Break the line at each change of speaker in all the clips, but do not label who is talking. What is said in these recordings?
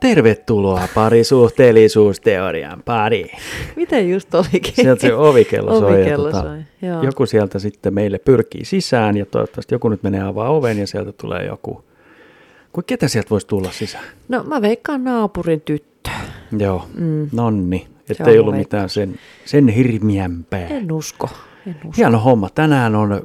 Tervetuloa parisuhteellisuusteorian pariin.
Miten just olikin?
Sieltä se ovikello soi.
Ovikello
ja tota,
soi, joo.
Joku sieltä sitten meille pyrkii sisään ja toivottavasti joku nyt menee avaa oven ja sieltä tulee joku. Kuin ketä sieltä voisi tulla sisään?
No mä veikkaan naapurin tyttö.
Joo, mm. nonni. Että
on
ei
mun
ollut mitään sen, sen hirmiämpää.
En usko. En usko.
Hieno homma. Tänään on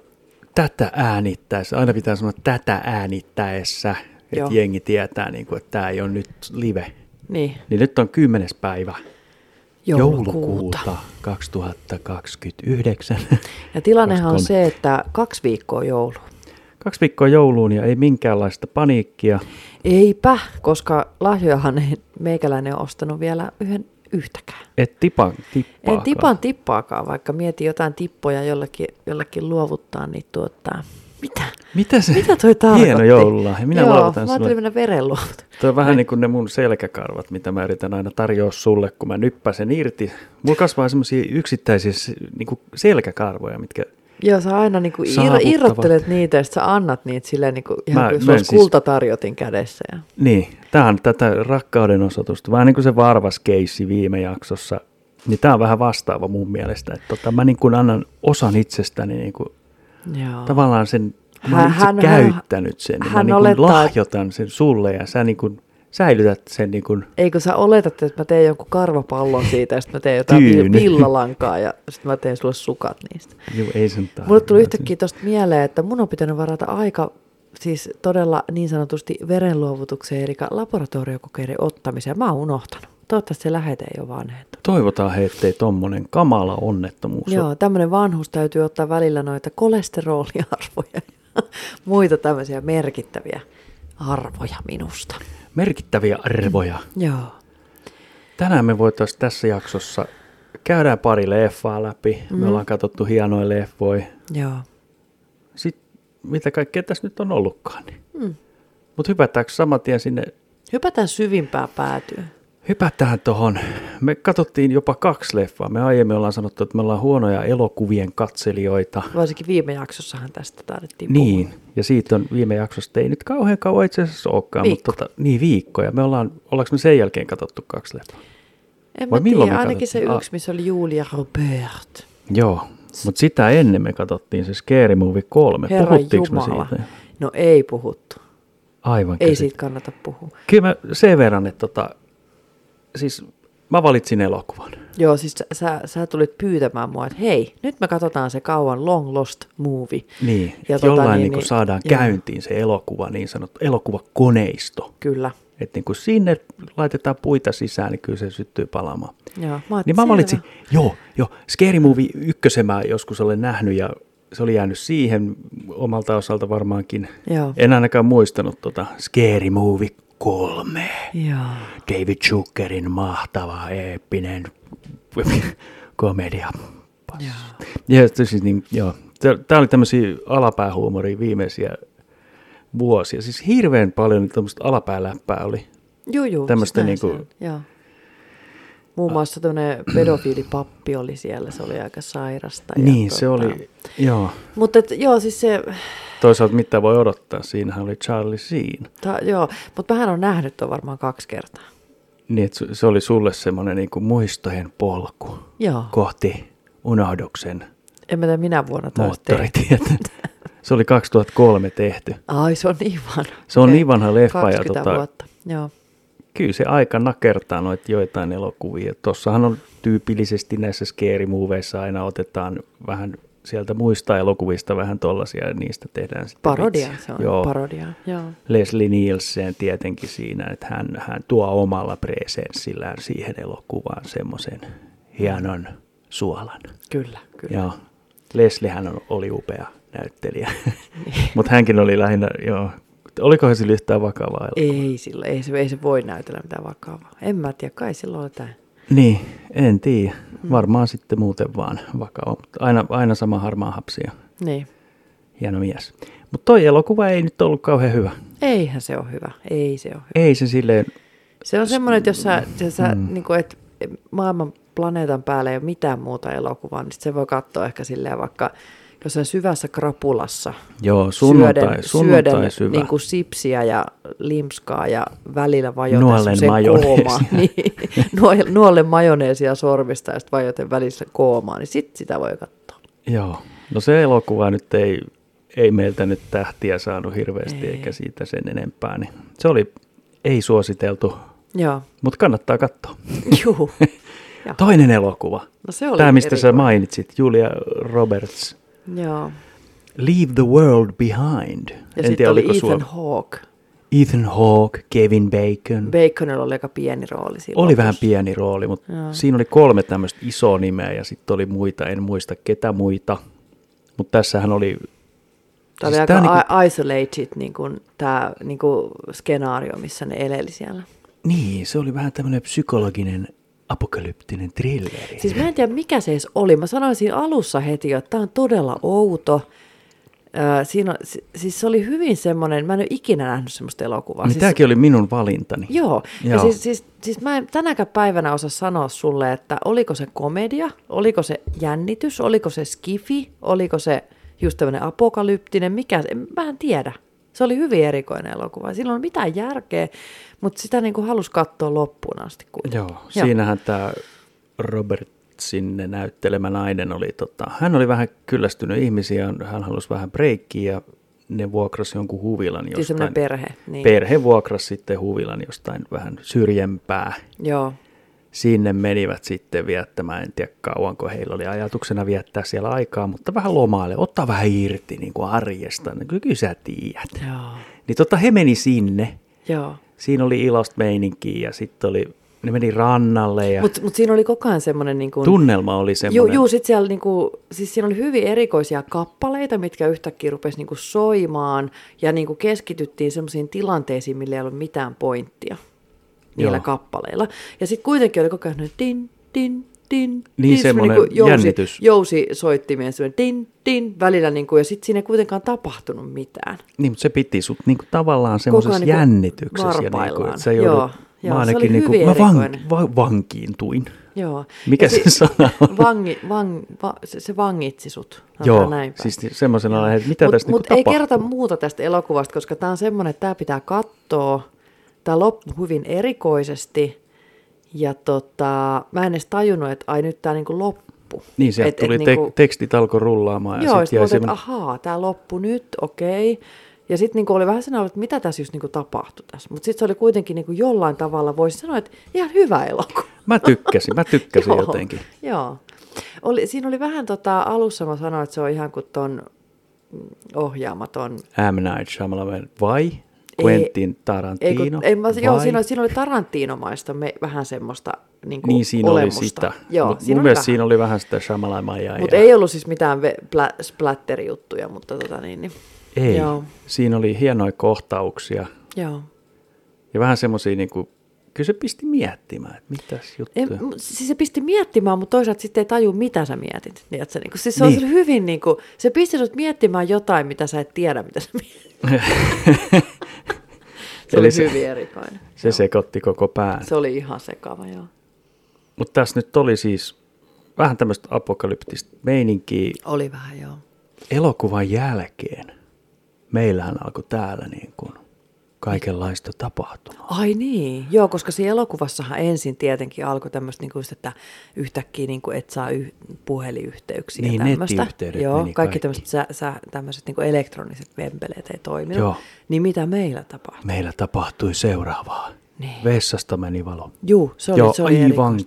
tätä äänittäessä, aina pitää sanoa tätä äänittäessä,
Joo.
että jengi tietää, niin kuin, että tämä ei ole nyt live.
Niin,
Niin nyt on kymmenes päivä
joulukuuta.
joulukuuta 2029.
Ja tilannehan on
Koska
se, että kaksi viikkoa joulu.
Kaksi viikkoa jouluun ja ei minkäänlaista paniikkia.
Eipä, koska lahjojahan ei meikäläinen ole ostanut vielä yhden yhtäkään.
Et tipan tippaa.
En tipan tippaakaan, vaikka mietin jotain tippoja jollekin, jollekin luovuttaa, niin tuottaa. Mitä?
Mitä se?
Mitä toi tarkoitti?
Hieno joululahja. Minä
Joo,
luovutan
mä
sulle.
ajattelin mennä verenluovut.
Tuo on vähän niin kuin ne mun selkäkarvat, mitä mä yritän aina tarjoa sulle, kun mä nyppäsen irti. Mulla kasvaa semmoisia yksittäisiä se- niinku selkäkarvoja, mitkä...
Joo, sä aina niinku ir-
Saavuttavat.
irrottelet niitä ja sit sä annat niitä silleen niinku, ihan
Mä-
kuin
mä
sulla
en
olisi
siis-
kultatarjotin kädessä. Ja...
Niin, tämä on tätä rakkauden osoitusta. Vähän niin kuin se varvaskeissi viime jaksossa. Niin tämä on vähän vastaava mun mielestä. Että tota, mä niin kuin annan osan itsestäni niin kuin
Joo.
tavallaan sen, mä
Hän-
hän, itse
hän-
hän, käyttänyt sen. Hän,
hän
mä niin kuin
olettaa, että-
lahjotan sen sulle ja sä niin kuin säilytät sen niin kuin
Eikö sä oletat, että mä teen jonkun karvapallon siitä ja sitten mä teen jotain
Tyyny.
Tyyni. villalankaa ja sitten mä teen sulle sukat niistä.
Juu, ei sen tarvitse.
Mulle tuli yhtäkkiä tosta mieleen, että mun on pitänyt varata aika siis todella niin sanotusti verenluovutukseen, eli laboratoriokokeiden ottamiseen. Mä oon unohtanut. Toivottavasti se lähete ei ole vanhentunut.
Toivotaan he, ettei tommonen kamala onnettomuus
Joo, tämmöinen vanhus täytyy ottaa välillä noita kolesteroliarvoja ja muita tämmöisiä merkittäviä arvoja minusta.
merkittäviä arvoja.
Joo.
Tänään me voitaisiin tässä jaksossa käydään pari leffaa läpi. Mm. Me ollaan katsottu hienoja leffoja.
Joo.
Sitten mitä kaikkea tässä nyt on ollutkaan. Niin. Mm. Mutta hypätäänkö saman tien sinne?
Hypätään syvimpää päätyä.
Hypätään tuohon. Me katsottiin jopa kaksi leffaa. Me aiemmin ollaan sanottu, että me ollaan huonoja elokuvien katselijoita.
Varsinkin viime jaksossahan tästä taidettiin puhua.
Niin, ja siitä on viime jaksosta, ei nyt kauhean kauan itse asiassa olekaan,
Viikko.
mutta tota, niin viikkoja. Me ollaan, ollaanko me sen jälkeen katsottu kaksi leffaa?
En
Vai
mä
milloin
tiedä,
me
ainakin se
katsottiin?
yksi, missä oli Julia Robert.
Joo, mutta sitä ennen me katsottiin se Scary Movie 3.
Herra
Puhuttiinko me
Jumala.
siitä?
No ei puhuttu.
Aivan
Ei siis.
käsit-
siitä kannata puhua.
Kyllä mä sen verran, että tota, siis mä valitsin elokuvan.
Joo, siis sä- sä, sä tulit pyytämään mua, että hei, nyt me katsotaan se kauan long lost movie.
Niin, ja jollain niin, niin, saadaan
joo,
käyntiin se elokuva, niin sanottu elokuvakoneisto.
Kyllä.
Että niin kun sinne laitetaan puita sisään, niin kyllä se syttyy palaamaan.
Joo, mä, oon,
Niin mä
selvä.
valitsin, joo, joo, Scary Movie ykkösen mä joskus olen nähnyt ja se oli jäänyt siihen omalta osalta varmaankin.
Joo.
En ainakaan muistanut tota Scary Movie kolme.
Joo.
David Zuckerin mahtava, eeppinen komedia. Pas. Ja sitten siis niin, joo. Tämä oli tämmöisiä alapäähuumoria viimeisiä vuosia. Siis hirveän paljon tämmöistä alapääläppää oli.
Joo, joo.
Tämmöstä
sitä
niinku-
se on, Joo. Muun muassa tämmöinen pedofiilipappi oli siellä, se oli aika sairasta. ja
niin, se
tota-
oli, joo.
Mutta et, joo, siis se,
Toisaalta mitä voi odottaa, siinähän oli Charlie Sheen.
ta, joo, mutta mähän on nähnyt tuon varmaan kaksi kertaa.
Niin, et su- se oli sulle semmoinen niin muistojen polku
Joo,
kohti unohduksen
en mä tiedä minä vuonna taas tein.
moottoritietä. Se oli 2003 tehty.
Ai, se on niin vanha.
Se on
Okei,
niin vanha leffa ja
20
tota,
vuotta, joo.
kyllä se aika nakertaa noita joitain elokuvia. Tossahan on tyypillisesti näissä scary moveissa aina otetaan vähän sieltä muista elokuvista vähän tollasia ja niistä tehdään sitten
Parodia
vitsiä.
se on,
Joo.
parodia, joo.
Leslie Nielsen tietenkin siinä, että hän, hän tuo omalla presenssillään siihen elokuvaan semmoisen hienon suolan.
Kyllä, kyllä.
Joo. Lesliehän on, oli upea näyttelijä,
Niin.
mutta hänkin oli lähinnä, joo. Olikohan sillä yhtään vakavaa elokuva?
Ei, sillä, ei, se, ei se voi näytellä mitään vakavaa. En mä tiedä, kai silloin jotain.
Niin, en tiedä.
Mm.
Varmaan sitten muuten vaan vakava, mutta aina, aina sama harmaa hapsia.
Niin.
Hieno mies. Mutta toi elokuva ei nyt ollut kauhean hyvä.
Eihän se ole hyvä, ei se ole hyvä.
Ei se silleen,
Se on semmoinen, että jos sä, jos sä mm. niin kuin, et maailman planeetan päällä ei ole mitään muuta elokuvaa, niin sit se voi katsoa ehkä silleen vaikka jossain syvässä krapulassa
Joo, sunnuntai,
syöden,
sunnuntai
syöden
syvä.
Niin kuin sipsiä ja limskaa ja välillä vajoten
Nuolen
se kooma.
majoneesia.
Niin, nuo- nuolen majoneesia sormista ja sitten vajoten välissä koomaa, niin sitten sitä voi katsoa.
Joo. No se elokuva nyt ei, ei meiltä nyt tähtiä saanut hirveästi ei. eikä siitä sen enempää. Niin se oli ei suositeltu,
Joo,
mutta kannattaa katsoa.
juu. Joo.
Toinen elokuva.
No se oli
Tämä, mistä sä
erikoinen.
mainitsit, Julia Roberts.
Joo.
Leave the World Behind.
Ja
en
sitten
tiedä,
oli
oliko
Ethan
Ethan,
Hawke.
Ethan Hawke, Kevin Bacon.
Baconilla oli aika pieni rooli silloin.
Oli vähän pieni rooli, mutta
Joo.
Joo. siinä oli kolme tämmöistä isoa nimeä ja sitten oli muita, en muista ketä muita. Mutta tässähän oli...
Tämä oli
siis
aika
tää
niinku... isolated niin kuin, tämä niin kuin skenaario, missä ne eleli siellä.
Niin, se oli vähän tämmöinen psykologinen apokalyptinen thrilleri.
Siis mä en tiedä, mikä se edes oli. Mä sanoisin alussa heti, jo, että tämä on todella outo. Ö, Siinä on, si- siis se oli hyvin semmoinen, mä en ole ikinä nähnyt semmoista elokuvaa.
Niin
siis,
Tämäkin oli minun valintani.
Joo, ja
Joo.
siis, siis, siis mä en tänäkään päivänä osaa sanoa sulle, että oliko se komedia, oliko se jännitys, oliko se skifi, oliko se just tämmöinen apokalyptinen, mikä se, en- mä en tiedä. Se oli hyvin erikoinen elokuva. Sillä on mitään järkeä, mutta sitä niin kuin halusi katsoa loppuun asti. Kuitenkin.
Joo, siinähän tämä Robert sinne näyttelemä nainen oli, tota, hän oli vähän kyllästynyt ihmisiä, hän halusi vähän breikkiä ja ne vuokrasi jonkun huvilan
Siis
jostain.
semmoinen perhe. Niin.
Perhe vuokrasi sitten huvilan jostain vähän syrjempää.
Joo.
Sinne menivät sitten viettämään, en tiedä kauanko heillä oli ajatuksena viettää siellä aikaa, mutta vähän lomaille, ottaa vähän irti niin kuin arjesta, niin kuin kyllä sä tiedät.
Joo.
Niin tota he meni sinne,
Joo.
siinä oli ilosta meininkiä ja sitten oli, ne meni rannalle ja
Mutta mut siinä oli koko ajan semmoinen... Niin kuin...
tunnelma oli
Juu,
semmoinen.
juu, sit siellä niinku, siis siinä oli hyvin erikoisia kappaleita, mitkä yhtäkkiä rupesi niinku soimaan ja niinku keskityttiin sellaisiin tilanteisiin, millä ei ollut mitään pointtia niillä
Joo.
kappaleilla. Ja sitten kuitenkin oli koko ajan semmoinen din, din, din.
Niin, semmoinen
Siis niinku jousi,
jännitys.
Jousi soittimien semmoinen din, din välillä niinku, ja sitten siinä ei kuitenkaan tapahtunut mitään.
Niin, mutta se piti sut niinku tavallaan semmoisessa
niinku
niinku jännityksessä. Ja niinku,
varpaillaan.
että sä joudut,
Joo, joo,
mä
se
ainakin
oli
niinku,
hyvin
mä
erikoinen.
van, va, vankiintuin.
Joo.
Mikä
Ja
se sana on?
Vangi, vang, va, se, se vangitsi sut. Sanotaan
Joo,
näin päin.
siis ni- semmoisena aihe, että mitä
Mut-
tästä
mut
niinku
ei
tapahtuu.
kerrota muuta tästä elokuvasta, koska tämä on semmoinen, että tämä pitää katsoa. Tämä loppui hyvin erikoisesti. Ja tota, mä en edes tajunnut, että ai nyt tämä niinku loppu.
Niin, sieltä tuli te,
niinku-
niinku, tekstit alkoi rullaamaan.
Joo,
ja
ja
sit
sitten
jäi
että ah.
semmoinen-
ahaa, tämä loppu nyt, okei. Ja sitten niinku oli vähän sellainen, että mitä tässä just niinku tapahtui tässä. Mutta sitten se oli kuitenkin niinku jollain tavalla, voisi sanoa, että ihan hyvä elokuva.
Mä tykkäsin, mä tykkäsin
Joo,
jotenkin.
Joo. Oli, siinä oli vähän tota, alussa mä sanoin, että se on ihan kuin ton mm, ohjaamaton
M. Night Shyamalan vai Quentin
Ei, kun,
Tarantino
ei, mä,
vai?
joo, siinä, oli- siinä oli tarantinomaista me, vähän semmoista niin kuin
niin siinä
olemusta.
oli sitä.
Joo,
Mut
siinä
mun
oli
mielestä
vähän.
siinä oli vähän sitä Shyamalamaijaa.
Mutta
ja-
ei ollut siis mitään ve, plä, splatterjuttuja, mutta tota niin. niin.
ei.
Joo,
Siinä oli hienoja kohtauksia.
joo.
Ja vähän semmoisia, niin kuin, kyllä se pisti miettimään, että mitäs juttuja.
En, mu- siis se pisti miettimään, mutta toisaalta sitten ei taju, mitä sä mietit. Tiedätkö? Niin kuin, siis se, on
Niin.
niin. hyvin, niin kuin, se pisti sut miettimään jotain, mitä sä et tiedä, mitä sä mietit. se
Eli
oli
se-
hyvin erikoinen.
se sekoitti koko pään.
Se oli ihan sekava, joo.
Mutta tässä nyt oli siis vähän tämmöistä apokalyptista meininkiä
Oli vähän, joo.
elokuvan jälkeen. Meillähän alkoi täällä niin kuin kaikenlaista tapahtumaa.
Ai niin, joo, koska siinä elokuvassahan ensin tietenkin alkoi tämmöistä, niin just, että yhtäkkiä niin kuin et saa yh- puhelinyhteyksiä
Niin,
ja tämmöistä.
nettiyhteydet
Joo,
meni
kaikki,
kaikki.
tämmöiset, sä, sä, tämmöiset niin elektroniset vempeleet ei toiminut.
Joo.
Niin mitä meillä tapahtui?
Meillä tapahtui seuraavaa.
Niin.
Vessasta meni valo.
Juu, se oli,
ja
se oli
aivan
erikoinen.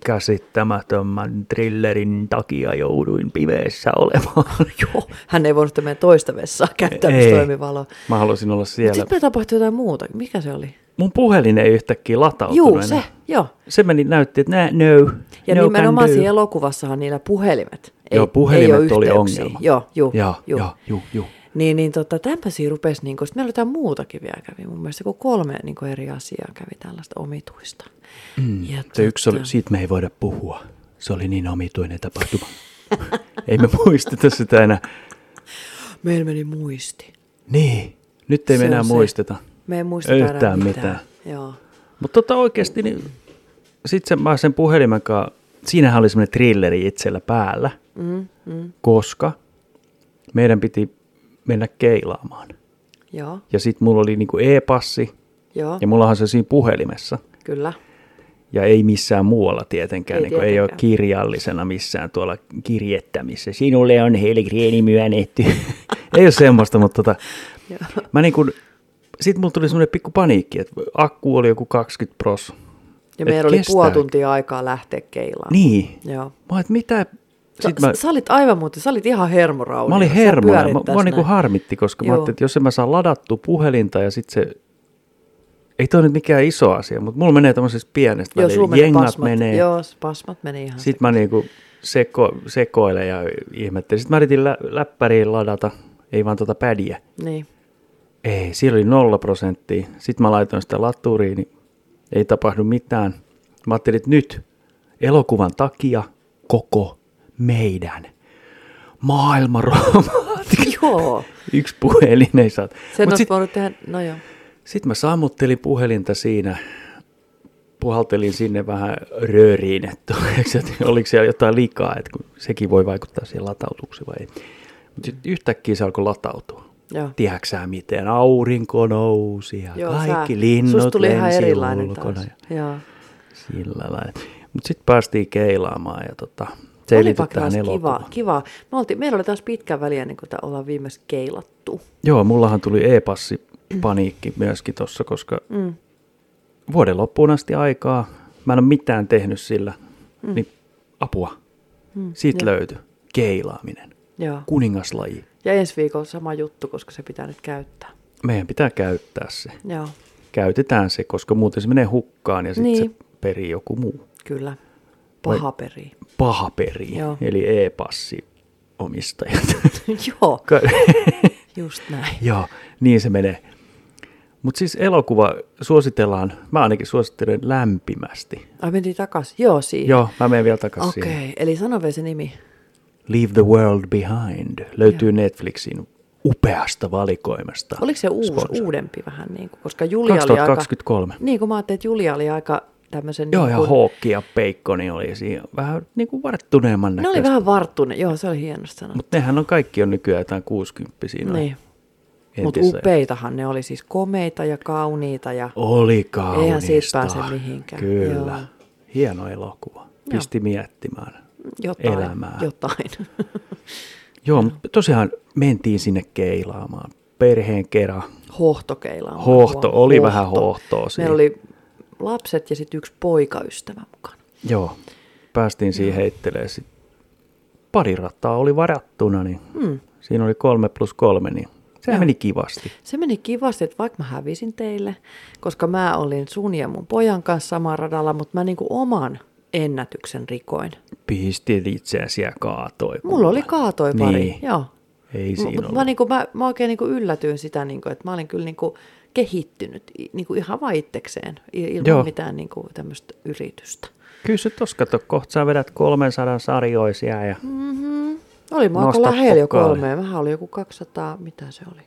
käsittämättömän thrillerin takia jouduin pimeässä olemaan.
Joo, hän ei voinut sitä meidän toista vessaa käyttää,
Ei.
missä toimivaloa.
Mä halusin olla
Mutta
siellä.
sitten me tapahtui jotain muuta. Mikä se oli?
Mun puhelin ei yhtäkkiä latautunut
Juu, se,
enää.
joo.
Se meni, näytti, että nää, no,
Ja
no
no nimenomaan
can do.
siinä elokuvassahan niillä puhelimet. Ei,
Joo, puhelimet
ei ole
oli
yhteyksiä.
ongelma.
Joo, juu,
Joo,
juu.
joo, juu, juu.
Niin, niin tota, tämmöisiä rupesi, niin kun, sit meillä oli jotain muutakin vielä kävi. Mun mielestä kun kolme niin kun eri asiaa kävi tällaista omituista. Mm, ja
Se yksi oli, siitä me ei voida puhua. Se oli niin omituinen tapahtuma. ei me muisteta sitä enää.
Meillä meni muisti.
Niin, nyt ei me
Se
enää
on se.
muisteta.
Me ei muisteta enää
Yhtään
mitään.
mitään.
Joo.
Mutta tota oikeasti, niin sit sen, mä sen puhelimen kanssa, siinähän oli semmoinen trilleri itsellä päällä,
Mm, mm.
koska meidän piti mennä keilaamaan.
Joo,
Ja sitten mulla oli niinku e-passi,
joo,
ja mullahan se siinä puhelimessa.
kyllä.
Ja ei missään muualla tietenkään,
Ei
ei, niin kuin, ei ole
tietenkään.
kirjallisena missään tuolla kirjettämissä. Sinulle on Helgreeni myönnetty. ei ole semmoista, mutta tota, mä niin kuin, sit mulla tuli semmoinen pikku paniikki, että akku oli joku 20 pros.
Ja
Et
meillä oli
kestää.
puoli tuntia aikaa lähteä keilaan.
Niin.
Joo.
Mä oon, että mitä?
Sä,
Sitten mä,
sä olit aivan muuten, sä olit ihan hermoraunio.
mä olin hermona. Mä, mä niin kuin harmitti, koska mä
Joo.
ajattelin, että jos en mä saa ladattua puhelinta ja sitten se... Ei toi nyt mikään iso asia, mutta mulla menee tämmöisestä pienestä
Joo,
välillä.
sulla meni
Jengat
pasmat.
menee.
Joo, pasmat meni ihan
Sitten mä niinku seko, sekoilen ja ihmettelin. Sitten mä yritin lä- läppäriin ladata, ei vaan tuota pädiä.
se- Niin.
Ei, siellä oli nolla prosenttia. Sitten mä laitoin sitä laturiin, niin ei tapahdu mitään. Mä ajattelin, että nyt elokuvan takia koko meidän maailma romahti.
Joo.
Yksi puhelin ei saa.
Sen
Mut
olisi
sit-
voinut tehdä, no joo.
sitten mä sammuttelin puhelinta siinä, puhaltelin sinne vähän rööriin, että että oliko siellä jotain likaa, että kun sekin voi vaikuttaa siihen latautukseen vai ei. Mutta sitten yhtäkkiä se alkoi latautua.
Joo.
Tiedätkö sä, miten aurinko nousi ja Joo, kaikki
sä-
linnut
Susta tuli ihan
lensi
erilainen
ulkona
taas.
ja
Joo.
sillä lailla. Mutta sitten päästiin keilaamaan ja tota, se ei liity
Olipa taas
tähän
kiva,
elokuvaan.
kiva. Me oltiin, meillä oli taas pitkä väliä, niin kun tää ollaan viimeksi keilattu.
Joo, mullahan tuli e-passi paniikki myöskin tossa, koska
Mm.
vuoden loppuun asti aikaa. Mä en ole mitään tehnyt sillä. Mm. Niin apua. Mm. Siitä löytyi. Keilaaminen.
Joo.
Kuningaslaji.
Ja ensi viikolla sama juttu, koska se pitää nyt käyttää.
Meidän pitää käyttää se.
Joo,
Käytetään se, koska muuten se menee hukkaan ja sitten
Niin.
niin. se perii joku muu.
kyllä. Paha peri.
Paha perii.
Joo.
Eli e-passi omistajat.
joo,
Ka-
just näin.
Joo, niin se menee. Mutta siis elokuva suositellaan, mä ainakin suosittelen lämpimästi.
Ai mentiin takas. Joo, siihen.
Joo, mä menen vielä takaisin
Okei, okay. eli sano vielä se nimi.
Leave the World Behind löytyy Netflixin upeasta valikoimasta.
Oliko se uusi,
Sponsor.
uudempi vähän niin kuin, koska Julia oli
2023.
aika... Niin kuin mä ajattelin, että Julia oli aika tämmöisen...
Joo,
niin
ja Hawkki ja Baconi oli siinä vähän niin kuin varttuneemman
Ne oli
näköistä.
vähän varttuneet. Joo, se oli hienosti sanottu.
Mutta nehän on kaikki on nykyään jotain 60 siinä.
Niin. Mutta upeitahan ne oli siis komeita ja kauniita ja
Oli kaunista.
Eihän siitä pääse mihinkään.
Kyllä.
Joo.
Hieno elokuva. Pisti miettimään.
jotain.
Elämää.
Jotain.
Joo, mutta tosiaan mentiin sinne keilaamaan. Perheen kerran.
Hohtokeila. on
Hohto,
huom-
oli vähän hohtoa siinä.
Meillä oli lapset ja sitten yksi poikaystävä mukana.
Joo, päästiin siihen heittelee. Pari rataa oli varattuna, niin
Mm.
hmm. siinä oli kolme plus kolme, niin sehän meni kivasti.
Se meni kivasti, että vaikka mä hävisin teille, koska mä olin sun ja mun pojan kanssa samaa radalla, mutta mä niinku oman ennätyksen rikoin.
Pistit itseäsi ja kaatoi.
Mulla oli kaatoi pari.
Niin.
Joo.
Ei siinä
Mutta
ollut.
mä, niinku, mä, mä oikein niinku yllätyin sitä, niinku, että mä olin kyllä niinku kehittynyt i- niinku ihan vaan itsekseen, i- ilman Joo.
Joo.
mitään niinku tämmöistä yritystä.
Kyllä se tos, kato, kohta sä vedät 300 sarjoisia ja hmm.
Oli mä aika
Nosta
lähellä jo
pokaali.
kolmea. Mähän oli joku 200, mitä se oli?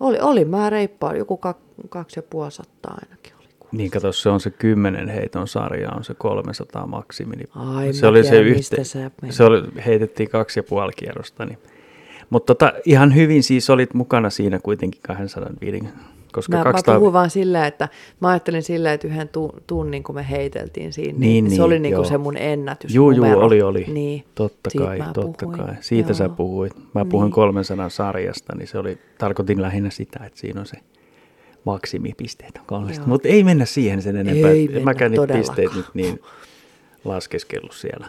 Oli, oli mä reippaan, joku kak, kaksi ja puoli sataa ainakin oli.
niin kato, se on se kymmenen heiton sarja, on se 300 maksimi. Niin
Ai,
se
mä
oli se
tiedän,
yhte...
mistä sä menet.
se oli, heitettiin kaksi ja puoli kierrosta. Niin. Mutta tota, ihan hyvin siis olit mukana siinä kuitenkin 205, koska
Mä,
200...
mä puhun vaan sillä, että mä ajattelin sillä, että yhden tu- tunnin kun me heiteltiin siinä, niin,
Niin,
niin se
niin,
oli niinku
joo.
se mun ennätys.
Juu, juu, oli, oli.
Niin.
Totta
Siitä
kai,
mä
totta
puhuin.
kai. Siitä Joo. sä
Joo.
puhuit. Mä puhuin niin. 300 sarjasta, niin se oli, tarkoitin lähinnä sitä, että siinä on se maksimipisteet on 300.
Joo.
Mutta ei mennä siihen sen enempää.
Ei
Et
mennä
Mäkään niitä
todellakaan.
pisteet nyt niin laskeskellut siellä.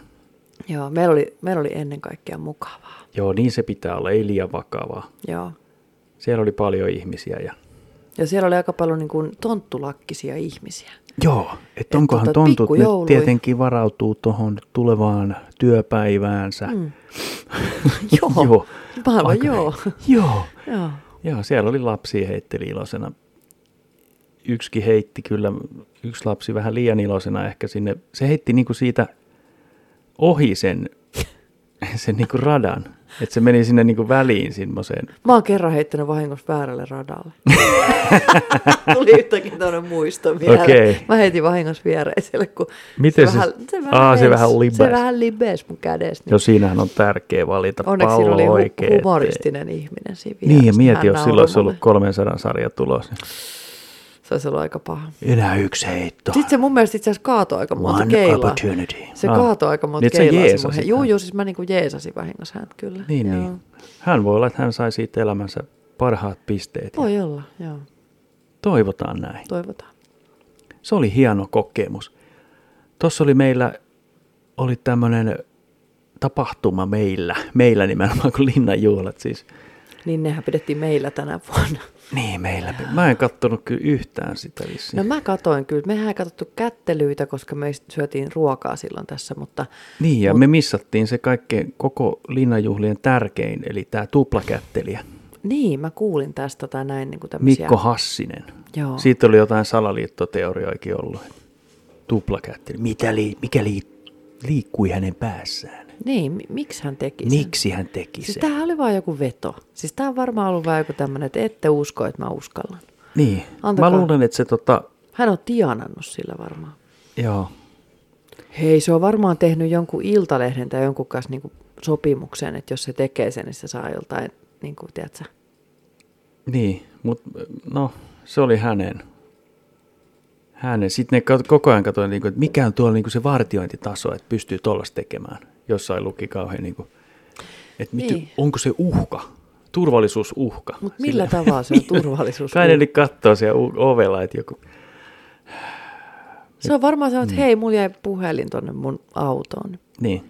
Joo, meillä oli, meillä oli ennen kaikkea mukavaa.
Joo, niin se pitää olla, ei liian vakavaa.
Joo.
Siellä oli paljon ihmisiä ja...
Ja siellä oli aika paljon niin kuin tonttulakkisia ihmisiä.
Joo, että onkohan
tota,
tontut nyt
pikkujouluja.
tietenkin varautuu tuohon tulevaan työpäiväänsä. Mm.
Joo.
joo.
Maailma, joo.
joo.
joo.
Joo, siellä oli lapsia heitteli iloisena. Yksikin heitti kyllä, yksi lapsi vähän liian iloisena ehkä sinne. Se heitti niinku siitä ohi sen, sen niinku radan. Että se meni sinne niinku väliin semmoiseen.
Mä oon kerran heittänyt vahingossa väärälle radalle. Tuli yhtäkkiä tämmöinen muisto mieleen.
Okei.
Mä heitin vahingossa viereiselle, kun
Miten
se,
se-
vähän, se, vähän,
Aa, se
libes-
vähän
se
libes.
vähän libes mun kädessä. Niin
Jo siinähän on tärkeä valita
Onneksi
pallo
siinä oli
oikein.
hu-
eteen.
humoristinen ihminen siinä
Niin, ja
vieressä.
mieti,
Hän
jos silloin
nauroi
olisi ollut
mulle.
300 sarja tulos.
Se olisi ollut aika paha.
Enää yksi heitto.
Sitten se mun mielestä itse asiassa kaatoi aika monta keilaa. Se
Ah.
kaatoi aika monta
Niin,
niin,
et sä
keilaa.
jeesasit
semmoinen.
häntä.
Juu, juu, siis mä niinku jeesasin vahingossa häntä kyllä.
Niin,
joo.
niin. Hän voi olla, että hän sai siitä elämänsä parhaat pisteet. Ja
Voi olla, joo.
Toivotaan näin.
Toivotaan.
Se oli hieno kokemus. Tuossa oli meillä, oli tämmöinen tapahtuma meillä, meillä nimenomaan kuin linnanjuhlat siis.
Niin nehän pidettiin meillä tänä vuonna.
Niin meillä. Mä en kattonut kyllä yhtään sitä vissiin.
No mä katoin kyllä. Mehän ei katsottu kättelyitä, koska me syötiin ruokaa silloin tässä, mutta
Niin, ja me missattiin se kaikkein koko linnanjuhlien tärkein, eli tämä tuplakättelijä,
niin, mä kuulin tästä tai näin niin kuin tämmöisiä.
Mikko Hassinen.
Joo.
Siitä oli jotain salaliittoteorioikin ollut. Tuplakättelijä. Mitä li- mikä li- liikkui hänen päässään?
Niin, mi- miksi hän teki sen?
Miksi hän teki
Siis
sen?
tämähän oli vaan joku veto. Siis tämä on varmaan ollut vaan joku tämmöinen, että ette usko, että mä uskallan.
Niin.
Antakaa.
Mä luulen, että se tota...
Hän on tienannut sillä varmaan.
Joo.
Hei, se on varmaan tehnyt jonkun iltalehden tai jonkun kanssa niin sopimuksen, että jos se tekee sen, niin se saa joltain, niin kuin, tiedätkö,
Niin, mutta no, se oli hänen. Hänen. Sitten ne kat- koko ajan katsoin, niinku, että mikä on tuolla niinku se vartiointitaso, että pystyy tollasta tekemään. Jossain luki kauhean, niinku, että mity,
Niin.
onko se uhka, turvallisuusuhka.
Mut millä tavalla se on turvallisuus?
Niin. Kai ne nyt katsoo siellä u- ovella, että joku,
Se on varmaan sanonut,
Mm.
että hei, mulla jäi puhelin tonne mun autoon.
niin.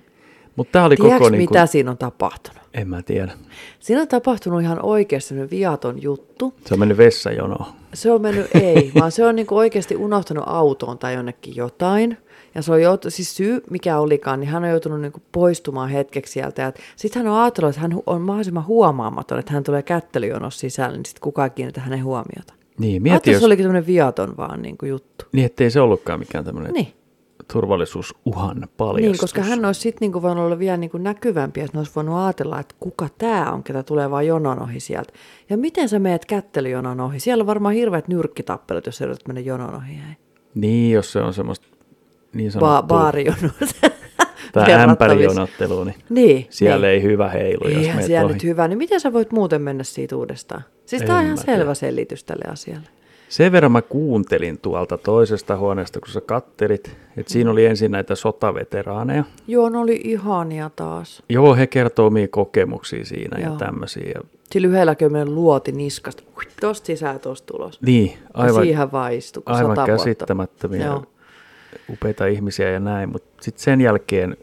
Mutta tämä oli
Tiedätkö,
koko, niinku-
mitä siinä on tapahtunut?
en mä tiedä.
Siinä on tapahtunut ihan oikeasti semmoinen viaton juttu.
Se on mennyt vessajonoon.
Se on mennyt ei, vaan se on niinku oikeasti unohtanut autoon tai jonnekin jotain. Ja se on jout- siis syy, mikä olikaan, niin hän on joutunut niinku poistumaan hetkeksi sieltä. Sitten hän on ajatellut, että hän hu- on mahdollisimman huomaamaton, että hän tulee kättelyjonossa sisälle, niin sitten kukaan kiinnitä hänen huomiota.
Niin, mieti
Mieti,
jos,
se olikin tämmöinen viaton vaan niinku juttu.
niin ettei se ollutkaan mikään tämmöinen
Niin.
turvallisuusuhan paljastus.
Niin, koska hän olisi sitten niinku voinut olla vielä niinku näkyvämpi, että ne olisi voinut ajatella, että kuka tämä on, ketä tulee vaan jonon ohi sieltä. Ja miten sä meet kättelyjonon ohi? Siellä on varmaan hirveät nyrkkitappelut, jos sä yrität mennä jonon ohi. Ei.
Niin, jos se on semmoista niin sanottua
Ba- baarijonot.
tai
verrattavissa.
ämpärijonottelua, niin
Niin.
siellä
niin.
ei hyvä heilu, jos
Eihän
menet
siellä
ohi.
nyt hyvä, niin miten sä voit muuten mennä siitä uudestaan? Siis
En
tämä on ihan
mä tiedä.
selvä selitys tälle asialle.
Sen verran mä kuuntelin tuolta toisesta huoneesta, kun sä kattelit, että siinä oli ensin näitä sotaveteraaneja.
Joo, ne oli ihania taas.
Joo, he kertoo omia kokemuksia siinä ja
Joo.
tämmöisiä. Ja...
Sillä yhdellä kömmenen luoti niskasta. Ui, Tosta sisään, tosta tulos.
Niin,
Aivan,
aivan,
ja siihen vaan istui, kun
aivan
sata vuotta.
käsittämättömiä
Joo.
upeita ihmisiä ja näin. Mutta sitten sen jälkeen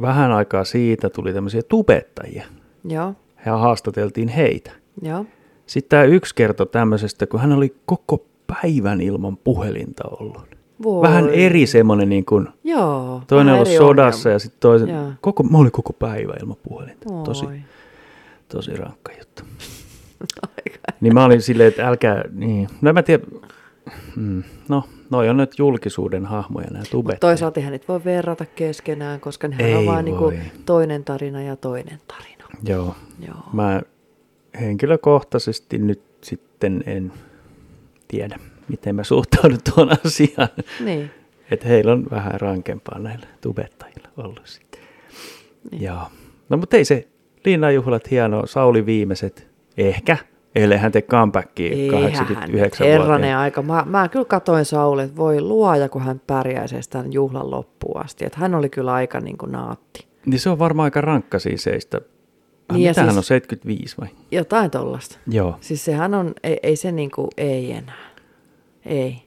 vähän aikaa siitä tuli tämmöisiä tubettajia.
Joo,
He haastateltiin heitä.
joo.
Sitten tämä yksi kertoi tämmöisestä, kun hän oli koko päivän ilman puhelinta ollut.
Voi.
Vähän eri semmoinen, niin kuin,
Joo.
toinen
vähän
ollut
eri
sodassa
ohjelma.
ja sitten toisen,
Joo.
koko, mä olin koko päivä ilman puhelinta. Tosi,
Oi.
tosi rankka juttu.
Aika.
Niin mä olin silleen, että älkää, niin, no en mä tiedä, mm, no, noi on nyt julkisuuden hahmoja nämä tubet.
Toisaalta eihän niitä voi verrata keskenään, koska nehän on
Ei
vaan niinku
voi.
toinen tarina ja toinen tarina.
Joo,
Joo.
mä henkilökohtaisesti nyt sitten en tiedä, miten mä suhtaudun tuon asiaan.
Niin.
Että heillä on vähän rankempaa näillä tubettajilla ollut sitten.
Niin.
Niin. Joo. No mutta ei se. Liinajuhlat hieno. Sauli viimeiset. Ehkä. Eihän te comebackia
Eihän,
89
herranen
vuoteen.
aika. Mä, mä kyllä katoin Sauli, että voi luoja, kun hän pärjäisi edes tämän juhlan loppuun asti. Että hän oli kyllä aika niin kuin naatti.
Niin se on varmaan aika rankka siis seistä. Ah,
Niin ja
mitä hän
siis-
on, 75 vai?
Jotain tollasta.
Joo.
Siis sehän on, ei, ei se niinku, ei enää. Ei.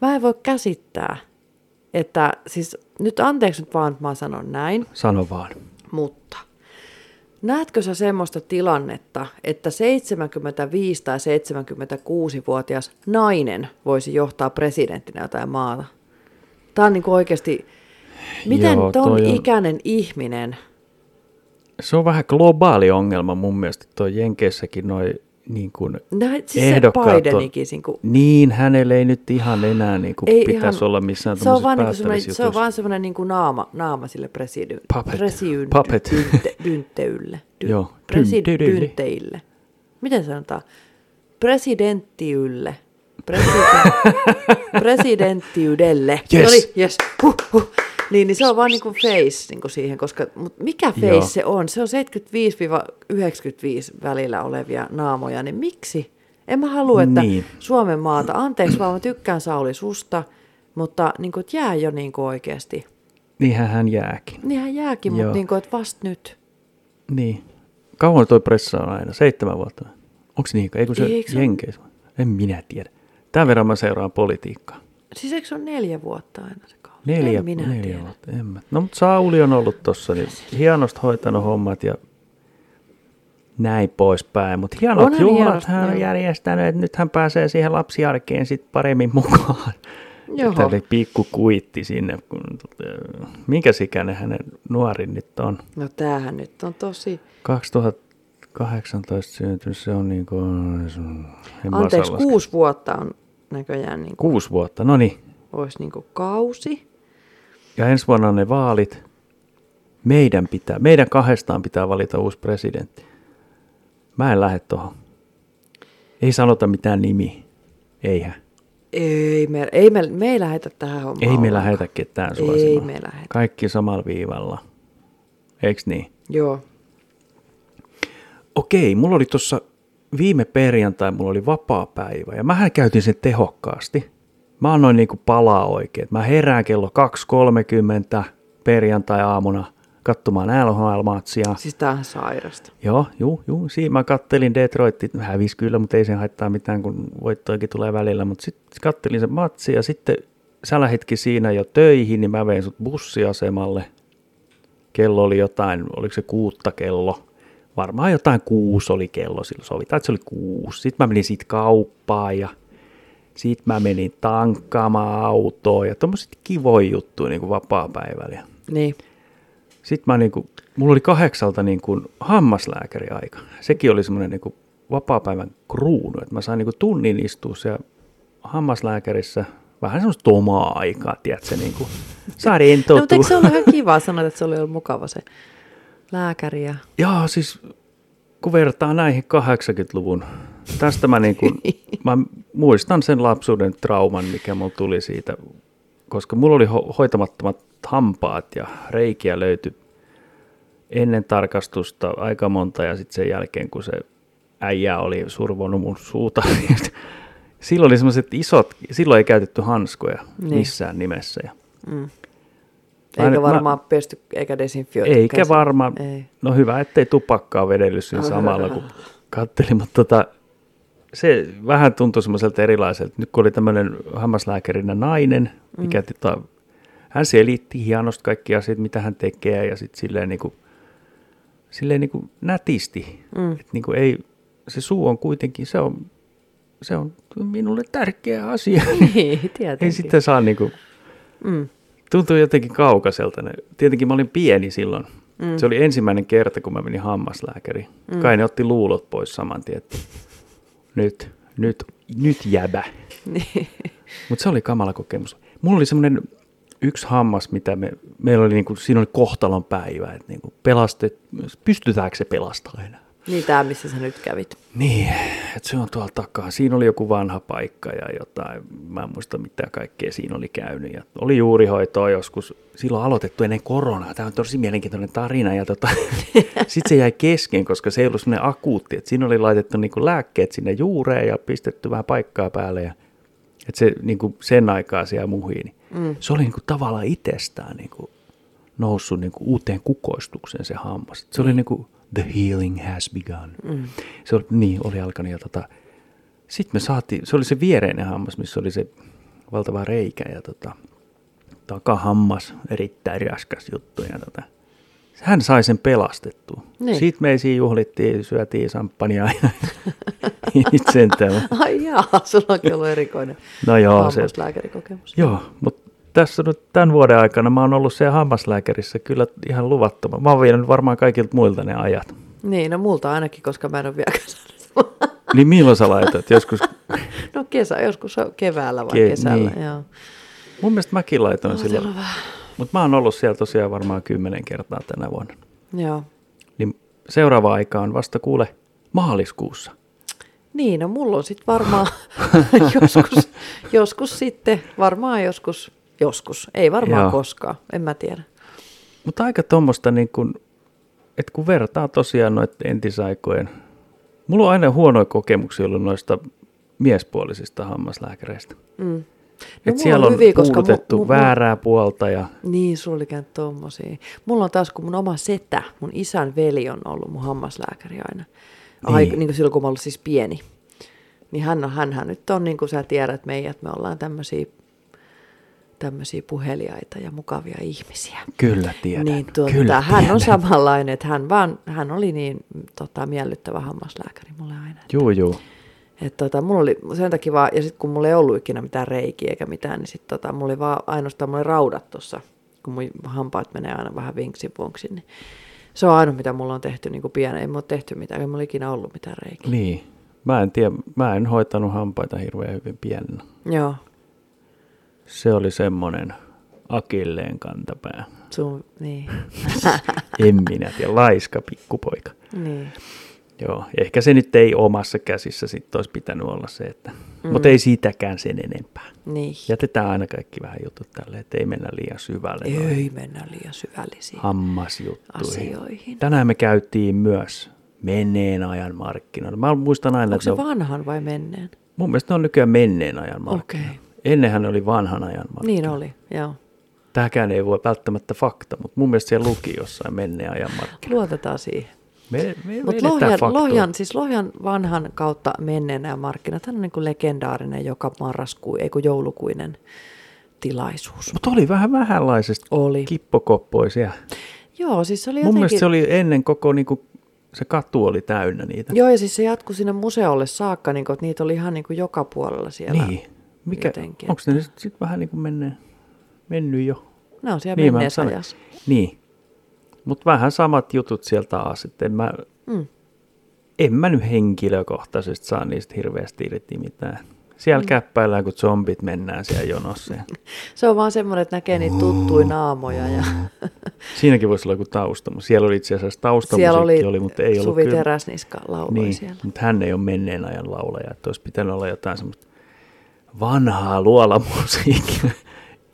Mä en voi käsittää, että siis nyt anteeksi nyt vaan, että mä sanon näin,
Sano vaan.
mutta näetkö sä semmoista tilannetta, että 75 tai 76-vuotias nainen voisi johtaa presidenttinä jotain maata? Tämä on niinku oikeasti, miten
Joo,
ton
toi on-
ikäinen ihminen,
Se on vähän globaali ongelma mun mielestä. Tuo Jenkeissäkin noi niin kuin,
No, siis se
Ehdokkaat on-
Bidenikin, niin kuin,
niin hänelle ei nyt ihan enää niin kuin ei pitäisi olla missään
se on vaan, niin
tuommoisessa
semmoinen, se on
jutussa.
vaan semmoinen niin kuin naama, naama sille presidy,
Puppet.
presidyn,
Puppet.
Dynte, dynteylle. Dy,
Joo.
Presid,
Dyn- dydydyi.
dynteille. Miten sanotaan? Presidenttiyle. President, presidenttiydelle.
Yes.
Noniin, yes. Huh, huh. Niin, niin se on vaan niin kuin face niin kuin siihen, koska mut mikä face
Joo.
se on? Se on 75-95 välillä olevia naamoja, niin miksi? En mä halua, että
Niin.
Suomen maata, anteeksi vaan mä tykkään Sauli susta, mutta niin kuin, jää jo niin kuin oikeasti.
Niinhän hän jääkin.
Niinhän jääkin,
Joo.
mutta niin kuin, että vasta nyt.
Niin. Kauan toi pressa on aina? Seitsemän vuotta. Onko se niin? Eikö se
Eikö se-
jenkeissä? ole? En minä tiedä. Tämän verran mä seuraan politiikkaa.
Siis eikö se ole neljä vuotta aina se kausi?
Neljä,
en minä
neljä
tiedä.
vuotta. En mä. No mutta Sauli on ollut tossa, niin hienosti hoitanut hommat ja näin poispäin. Mutta hienot
Onhan
juhlat
hienosti,
hän on
joo.
järjestänyt, että nyt hän pääsee siihen lapsiarkeen sit paremmin mukaan.
Joo.
Tämä oli pikku kuitti sinne. Kun, äh, minkäs ikäinen hänen nuorin nyt on?
No tämähän nyt on tosi...
2018 syntynyt, se on niin kuin... En mä osaa
Anteeksi,
laskea.
kuusi vuotta on näköjään niin kuin,
Kuusi vuotta, no niin.
olisi niin kuin kausi.
Ja ensi vuonna on ne vaalit. Meidän pitää, meidän kahdestaan pitää valita uusi presidentti. Mä en lähde tuohon. Ei sanota mitään nimi. Eihän.
Ei me, ei me, me ei lähetä tähän hommaan.
Ei me
ollenkaan.
lähetä ketään
Ei
suosimaan.
me lähetä.
Kaikki samalla viivalla. Eiks niin?
Joo.
Okei, mulla oli tuossa viime perjantai, mulla oli vapaa päivä ja mähän käytin sen tehokkaasti. Mä annoin niinku palaa oikein. Mä herään kello 2.30 perjantai-aamuna katsomaan NHL-matsia.
Siis tämähän sairasta.
Joo, juu, juu. Siinä mä kattelin Detroit, hävisi kyllä, mutta ei sen haittaa mitään, kun voittoikin tulee välillä. Mutta sitten kattelin sen matsi ja sitten sä lähitkin siinä jo töihin, niin mä vein sut bussiasemalle. Kello oli jotain, oliko se kuutta kello? Varmaan jotain kuusi oli kello silloin, sovitaan, että se oli kuusi. Sitten mä menin siitä kauppaan ja sitten mä menin tankkaamaan autoa ja tommoset kivoja juttuja niin kuin vapaa-päivällä. Ja
Niin.
sitten mä niinku, mulla oli kahdeksalta niinku hammaslääkäriaika. Sekin oli semmoinen niinku vapaapäivän kruunu, että mä sain niinku tunnin istua siellä hammaslääkärissä vähän semmoista omaa aikaa, tiedätkö, niinku, saa
No, mutta
rentoutua.
eikö se ollut ihan kiva sanoa, että se oli ollut mukava se lääkäri ja...
Jaa, siis kun vertaa näihin 80-luvun, tästä mä, niin kuin, mä muistan sen lapsuuden trauman, mikä mulla tuli siitä, koska mulla oli ho- hoitamattomat hampaat ja reikiä löytyi ennen tarkastusta aika monta ja sitten sen jälkeen, kun se äijä oli survonut mun suuta. niin silloin oli semmoiset isot, silloin ei käytetty hanskoja
Niin.
missään nimessä. Ja Mä
Eikä
nyt- mä-
varmaan pesty, eikä desinfioitu
Eikä
käsiä.
varmaan.
Ei.
No hyvä, ettei tupakkaa vedellyt siinä samalla, kun kattelin, mutta tota, se vähän tuntui semmoiselta erilaiselta. Nyt kun oli tämmöinen hammaslääkärinä nainen, mikä mm. tota, hän selitti hienosti kaikki asiat, mitä hän tekee ja sitten silleen, niin kuin, silleen niin kuin nätisti. Mm. Et niin kuin ei, se suu on kuitenkin, se on, se on minulle tärkeä asia.
Niin, tietenkin.
ei sitä saa niin kuin,
Mm.
Tuntuu jotenkin kaukaiselta. ne. Tietenkin mä olin pieni silloin. Mm. Se oli ensimmäinen kerta, kun mä menin hammaslääkäriin. Mm. Kai ne otti luulot pois saman tien. että Nyt, nyt, nyt jäbä.
Niin.
Mutta se oli kamala kokemus. Mulla oli semmoinen yksi hammas, mitä me, meillä oli, niinku, siinä oli kohtalon päivä, että niinku pelastet, pystytäänkö se pelastamaan enää.
niin tämä, missä sä nyt kävit.
Niin, että se on tuolla takaa. Siinä oli joku vanha paikka ja jotain. Mä en muista mitä kaikkea siinä oli käynyt. Ja oli juurihoitoa joskus. Silloin aloitettu ennen koronaa. Tämä on tosi mielenkiintoinen tarina. Ja tota, sitten se jäi kesken, koska se ei ollut semmoinen akuutti. Et siinä oli laitettu niinku lääkkeet sinne juureen ja pistetty vähän paikkaa päälle. Ja, et se niinku sen aikaa siellä muhiin. Niin mm. Se oli niinku tavallaan itsestään niinku noussut niinku uuteen kukoistukseen se hammas. Se oli niinku the healing has begun. Mm. Se oli, niin, oli alkanut ja tota, sitten me saatiin, se oli se viereinen hammas, missä oli se valtava reikä ja tota, takahammas, erittäin raskas juttu. Ja tota, hän sai sen pelastettua.
Niin.
Sitten me siinä juhlittiin, syötiin samppania ja itse
Ai jaa, sulla onkin ollut erikoinen
No joo, se,
hammaslääkärikokemus.
Joo, mutta tässä nyt tämän vuoden aikana mä oon ollut siellä hammaslääkärissä kyllä ihan luvattoma. Mä oon vienyt varmaan kaikilta muilta ne ajat.
Niin, no multa ainakin, koska mä en ole vielä käynyt.
Niin milloin sä laitat? Joskus,
No kesä, joskus on keväällä vai
Ke-
Ke- kesällä.
niin.
Niin. Joo.
mun mielestä mäkin laitoin silloin.
Ootella vähän.
Mutta mä oon ollut siellä tosiaan varmaan kymmenen kertaa tänä vuonna.
Joo.
Niin seuraava aika on vasta kuule maaliskuussa.
Niin, no mulla on sitten varmaan joskus, joskus sitten, varmaan joskus, joskus, ei varmaan
Joo.
Joo. koskaan, en mä tiedä.
Mutta aika tuommoista, niin kun, että kun vertaa tosiaan noiden entisaikojen. Mulla on aina huonoja kokemuksia ollut noista miespuolisista hammaslääkäreistä.
Mm.
Et
mulla
siellä No, on
hyviä, koska mu-
kuulutettu
mu- mu-
väärää puolta ja
Niin, sulla oli käynyt tommosia. Mulla on taas, kun mun oma setä, mun isän veli on ollut mun hammaslääkäri aina. Ai,
Niin.
niin. niin kuin silloin, kun mä olin siis pieni. Niin hän on, hänhän nyt on, niin kuin sä tiedät, meidät, me ollaan tämmöisiä tämmöisiä puheliaita ja mukavia ihmisiä.
kyllä tiedän.
niin tuota,
kyllä
hän
tiedän.
on samanlainen, että hän, vaan, hän oli niin mm, tota, miellyttävä hammaslääkäri mulle aina.
Juu, juu.
Et tota, mulla oli sen takia vaan, ja sitten kun mulla ei ollut ikinä mitään reikiä eikä mitään, niin sitten tota, mulla oli vaan ainoastaan mulla oli raudat tuossa, kun mun hampaat menee aina vähän vinksin vonksin, niin se on ainoa, mitä mulla on tehty niin kuin pienen. Ei mulla ole tehty mitään, ei mulla ikinä ollut mitään reikiä.
Niin. Mä en tiedä, mä en hoitanut hampaita hirveän hyvin pienenä.
Joo,
Se oli semmoinen akilleen kantapää.
sun, niin,
En minä tiedä, laiska pikkupoika.
niin.
Joo, ehkä se nyt ei omassa käsissä sitten olisi pitänyt olla se, että... Mm. Mutta ei siitäkään sen enempää.
Niin.
Jätetään aina kaikki vähän jutut tälle, ettei mennä liian syvälle noihin
Ei mennä liian syvällisiin
hammasjuttuihin.
asioihin.
Niin. Tänään me käytiin myös menneen ajan markkinoilla. Mä muistan aina,
Onko
että ne
se
on-
vanhan vai menneen?
mun mielestä ne on nykyään menneen ajan markkinoilla.
Okei.
Ennenhän ne oli vanhan ajan markkinoilla.
Niin oli, joo.
Tämäkään ei voi välttämättä fakta, mutta mun mielestä siellä luki jossain menneen ajan markkinoilla.
Luotetaan siihen.
Me, me, me
Mutta Lohjan, Lohjan, siis Lohjan vanhan kautta menneen nämä markkinat, hän on niin kuin legendaarinen joka marraskuu, ei kun joulukuinen tilaisuus.
Mutta oli vähän vähänlaisesta
Oli.
kippokoppoisia.
Joo, siis se oli
Mun
jotenkin...
mielestä se oli ennen koko, niin kuin, se katu oli täynnä niitä.
Joo, ja siis se jatkui sinne museolle saakka, niin kuin, että niitä oli ihan niin kuin joka puolella siellä.
niin. Mikä,
jotenkin,
onko ne sitten sit vähän niin kuin menne, mennyt jo?
Ne on siellä
Niin,
niin,
mä
menneessä
sanoin.
ajassa.
Niin. Mutta vähän samat jutut sieltä taas. Että en, mä,
Mm.
en mä nyt henkilökohtaisesti saa niistä hirveästi irti mitään. Siellä mm. käppäillään, kun zombit mennään siellä jonossa. ja
Se on vaan semmoinen, että näkee niitä tuttuja naamoja ja
Mm. Siinäkin voisi olla joku tausta. Siellä oli itse asiassa taustamusiikki,
siellä oli,
oli, mutta ei ollut
Suvi
kyllä-
Teräsniska lauloi
Niin,
siellä.
mutta hän ei ole menneen ajan laulaja. Että olisi pitänyt olla jotain semmoista vanhaa luolamusiikkia.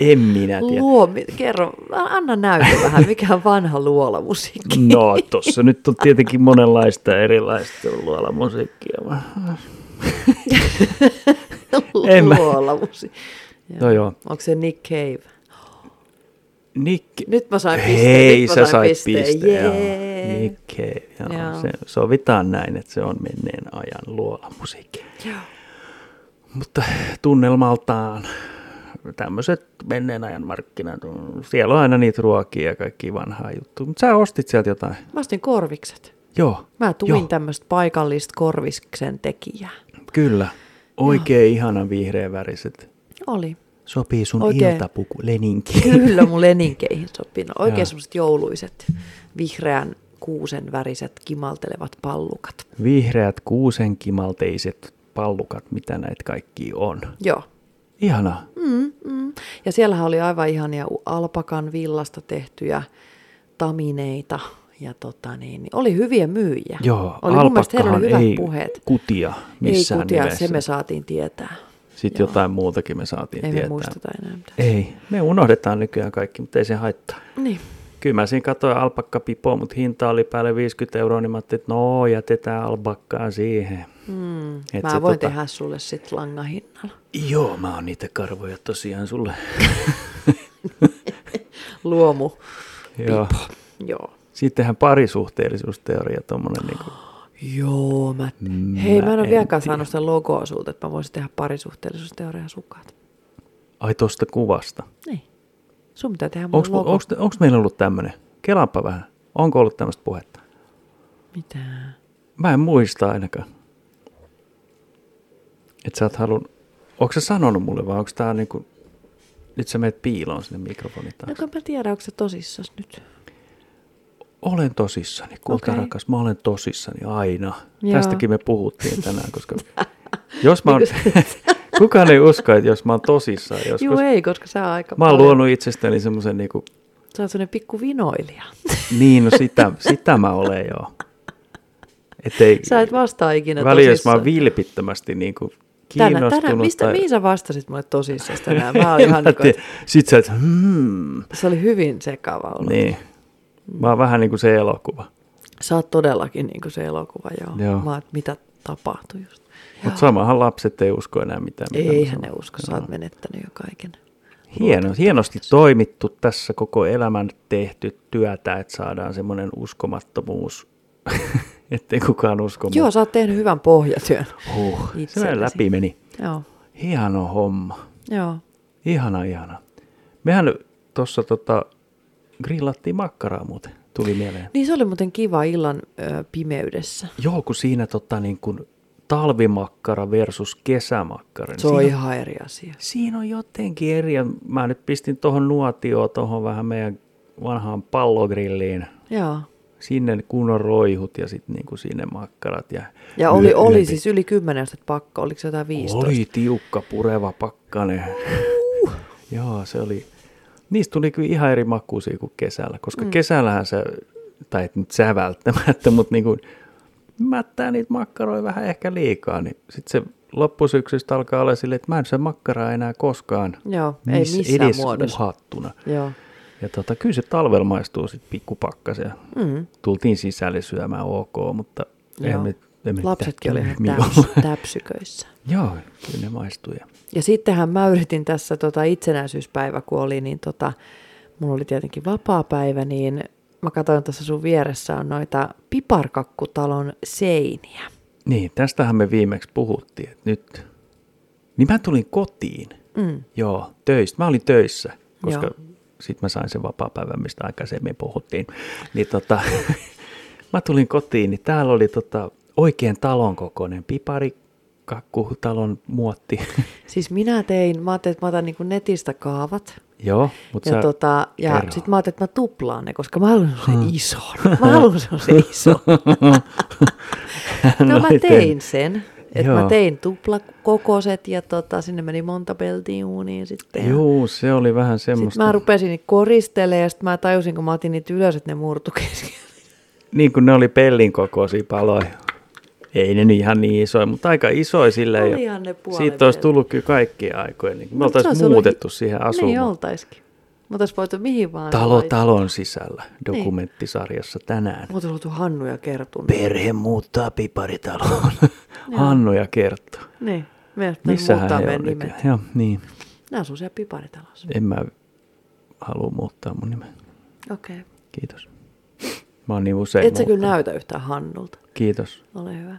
en minä tiedä.
Luo, mi- kerro, anna näytä vähän, mikä on vanha luolamusiikki.
No, tuossa nyt on tietenkin monenlaista erilaista luolamusiikkia. vaan- En mä-
luolamusiikki.
No joo.
Onko se Nick Cave?
Nick...
Nyt mä sain pisteen.
Hei,
nyt
sä
mä sain
sait
pisteen.
pisteen. joo.
Jee.
Nick Cave, joo.
Joo.
Se, sovitaan näin, että se on menneen ajan luolamusiikki.
Joo.
Mutta tunnelmaltaan tämmöiset menneen ajan markkinat, on- siellä on aina niitä ruokia ja kaikki vanhaa juttua. Mutta sä ostit sieltä jotain.
Mä ostin korvikset.
Joo,
Mä
Joo.
tuin tämmöistä paikallista korviksen tekijää.
kyllä. Oikein ihanan vihreän väriset.
Oli.
Sopii sun
Oikein.
iltapuku, leninki.
Kyllä mun leninkeihin sopii. No,
Joo.
oikein semmoiset jouluiset, vihreän kuusen väriset kimaltelevat pallukat.
Vihreät kuusenkimalteiset pallukat, mitä näitä kaikki on.
Joo.
Ihanaa.
Mm, mm. Ja siellähän oli aivan ihania u- alpakan villasta tehtyjä tamineita. Ja tota niin, niin oli hyviä myyjiä.
Joo,
oli mun mielestä heillä
alpakkahan
oli hyvät
ei
puheet.
kutia missään
Ei kutia,
nimessä.
se me saatiin tietää.
Sitten
Joo.
jotain muutakin me saatiin
Ei
tietää.
me muisteta enää mitään.
Ei, me unohdetaan nykyään kaikki, mutta ei se haittaa.
Niin.
Kyllä mä siinä katsoin alpakkapipoa, mutta hinta oli päälle 50 euroa, niin mä ajattelin, että no jätetään alpakkaa siihen.
Mm.
Et
Mä
se
voin
tota-
tehdä sulle sit langahinnalla.
Joo, mä oon niitä karvoja tosiaan sulle.
Luomu.
Joo.
Joo.
Sittenhän parisuhteellisuusteoria, tuommoinen niin
Joo, mä... Hei, mä en ole
en
vieläkään
tiedä.
saanut sitä logoa sulta, että mä voisin tehdä parisuhteellisuusteorian sukat.
ai tosta kuvasta.
Niin. Sun pitää tehdä mun
Onko
logo. Onks...
meillä ollut tämmöinen? Kelaanpa vähän. Onko ollut tämmöistä puhetta?
Mitä?
Mä en muista ainakaan. Että sä oot halunnut... Onko sä sanonut mulle vai onko tää niinku... Nyt sä meet piiloon sinne mikrofonin taakse.
No kun mä tiedän, onko se tosissas nyt.
olen tosissani, kulta
Okei.
okay. rakas, mä olen tosissani aina.
Joo.
Joo. Tästäkin me puhuttiin tänään, koska jos mä oon, kukaan ei usko, että jos mä oon tosissaan
Juu
joskus.
ei, koska sä oot aika
Mä oon
paljon-
luonut itsestäni semmoisen niinku,
Sä oot sellainen pikku vinoilija.
niin no sitä, sitä mä olen joo. Et ei,
Sä et vastaa ikinä
väliä, jos mä
tosissaan.
oon vilpittömästi niinku
Tänä,
kiinnostunut.
tänä, mistä,
tai-
mihin sä vastasit mulle tosissaan tänään? Mä olin
En
ihan
mä
niin kuin,
tiedä. Sit sä et, hmm.
se oli hyvin sekava ollut. Niin.
Niin. Mä oon vähän niin kuin se elokuva.
Sä oot todellakin niin kuin se elokuva, joo. joo.
Joo.
Mä oon, että mitä tapahtui just.
Mutta samahan lapset ei usko enää mitään. mitä mä
Eihän
sanon.
ne usko, sä oot menettänyt jo kaiken.
Hieno, hienosti toimittu tässä koko elämän tehty työtä, että saadaan semmoinen uskomattomuus, ettei kukaan usko.
Joo, sä oot tehnyt hyvän pohjatyön.
huh,
itsellesi.
semmoinen läpi meni.
Joo,
Hieno homma.
joo.
Ihana, ihana. Mehän tuossa tota, grillattiin makkaraa muuten, tuli mieleen.
Niin se oli muuten kiva illan ö, pimeydessä.
Joo, kun siinä tota, niin kun talvimakkara versus kesämakkara. niin
Se on
siinä-
ihan eri asia.
Siinä on jotenkin eri. ja Mä nyt pistin tuohon nuotioon, tuohon vähän meidän vanhaan pallogrilliin.
Joo.
Sinne kunnon roihut ja sitten niinku sinne makkarat. Ja,
Ja oli,
yö-
oli
yöpi.
siis yli 10 astetta pakko, oliko se jotain 15?
Oli tiukka, pureva pakkanen.
Uhuh.
Joo, se oli. Niistä tuli kyllä ihan eri makuisia kuin kesällä, koska mm. kesällähän sä, tai et nyt sä välttämättä, mutta niinku, mättää niitä makkaroja vähän ehkä liikaa, niin sitten se loppusyksystä alkaa olla silleen, että mä en syö makkaraa enää koskaan.
Joo, ei
Miss-
missään
edes
muodossa.
uhattuna.
Joo.
Ja tota, kyllä se talvella maistuu sitten pikkupakkaseen. Mm. Tultiin sisälle syömään ok, mutta
Joo.
eihän me, emme
Lapsetkin oli ihan täps, täpsyköissä.
Joo, kyllä ne maistuu. Ja
Ja sittenhän mä yritin tässä tota itsenäisyyspäivä, kun oli, niin tota, mulla oli tietenkin vapaa päivä, niin mä katsoin tässä sun vieressä on noita piparkakkutalon seiniä.
Niin, tästähän me viimeksi puhuttiin, että nyt... Niin mä tulin kotiin.
Mm.
Joo, töistä. Mä olin töissä, koska
Joo.
sitten mä sain sen vapaa-päivän, mistä aikaisemmin puhuttiin. Niin tota, mä tulin kotiin, niin täällä oli tota oikein talon kokoinen pipari, kakkutalon muotti.
Siis minä tein, mä ajattelin, että mä otan niin netistä kaavat.
Joo, mutta
ja
sä...
tota, ja
kerro. Mm.
sitten mä ajattelin, että mä tuplaan ne, koska mä haluan sen ison. Mä haluan sen ison. No, mä
oli
tein sen. Että mä
Joo.
tein tuplakokoiset ja tota, sinne meni monta peltiin uuniin sitten. ja-
Juu, se oli vähän
Sitten
semmoista.
mä rupesin niitä koristelemaan ja sitten mä tajusin, kun mä otin niitä ylös, että ne murtu kesken.
Niin kuin ne oli pellin kokoisia paloja. Ei ne nyt ihan niin isoja, mutta aika isoja silleen. ja
Olihan ne puolen
Siitä olisi
verran.
tullut kyllä kaikkien aikojen. Niin me
Mut se olisi
oltaisiin
ollut-
muutettu siihen
Niin
asumaan.
oltaiskin. Mutta olisi voitu mihin vaan.
Talo talon sisällä
Niin.
dokumenttisarjassa tänään.
Mutta oltu Hannu ja Kertun.
Perhe muuttaa piparitaloon. Hannu ja Kerttu.
niin. Me
Missähän
muuttaa
he
meidän
on
nimet.
nykyään? Joo, niin.
Nää asuu siellä piparitalossa.
En mä halua muuttaa mun nimen. Niin.
Okei. Okay.
Kiitos. Mä oon niin usein
Et sä kyllä
muuttanut.
näytä yhtään Hannulta.
Kiitos.
Ole hyvä.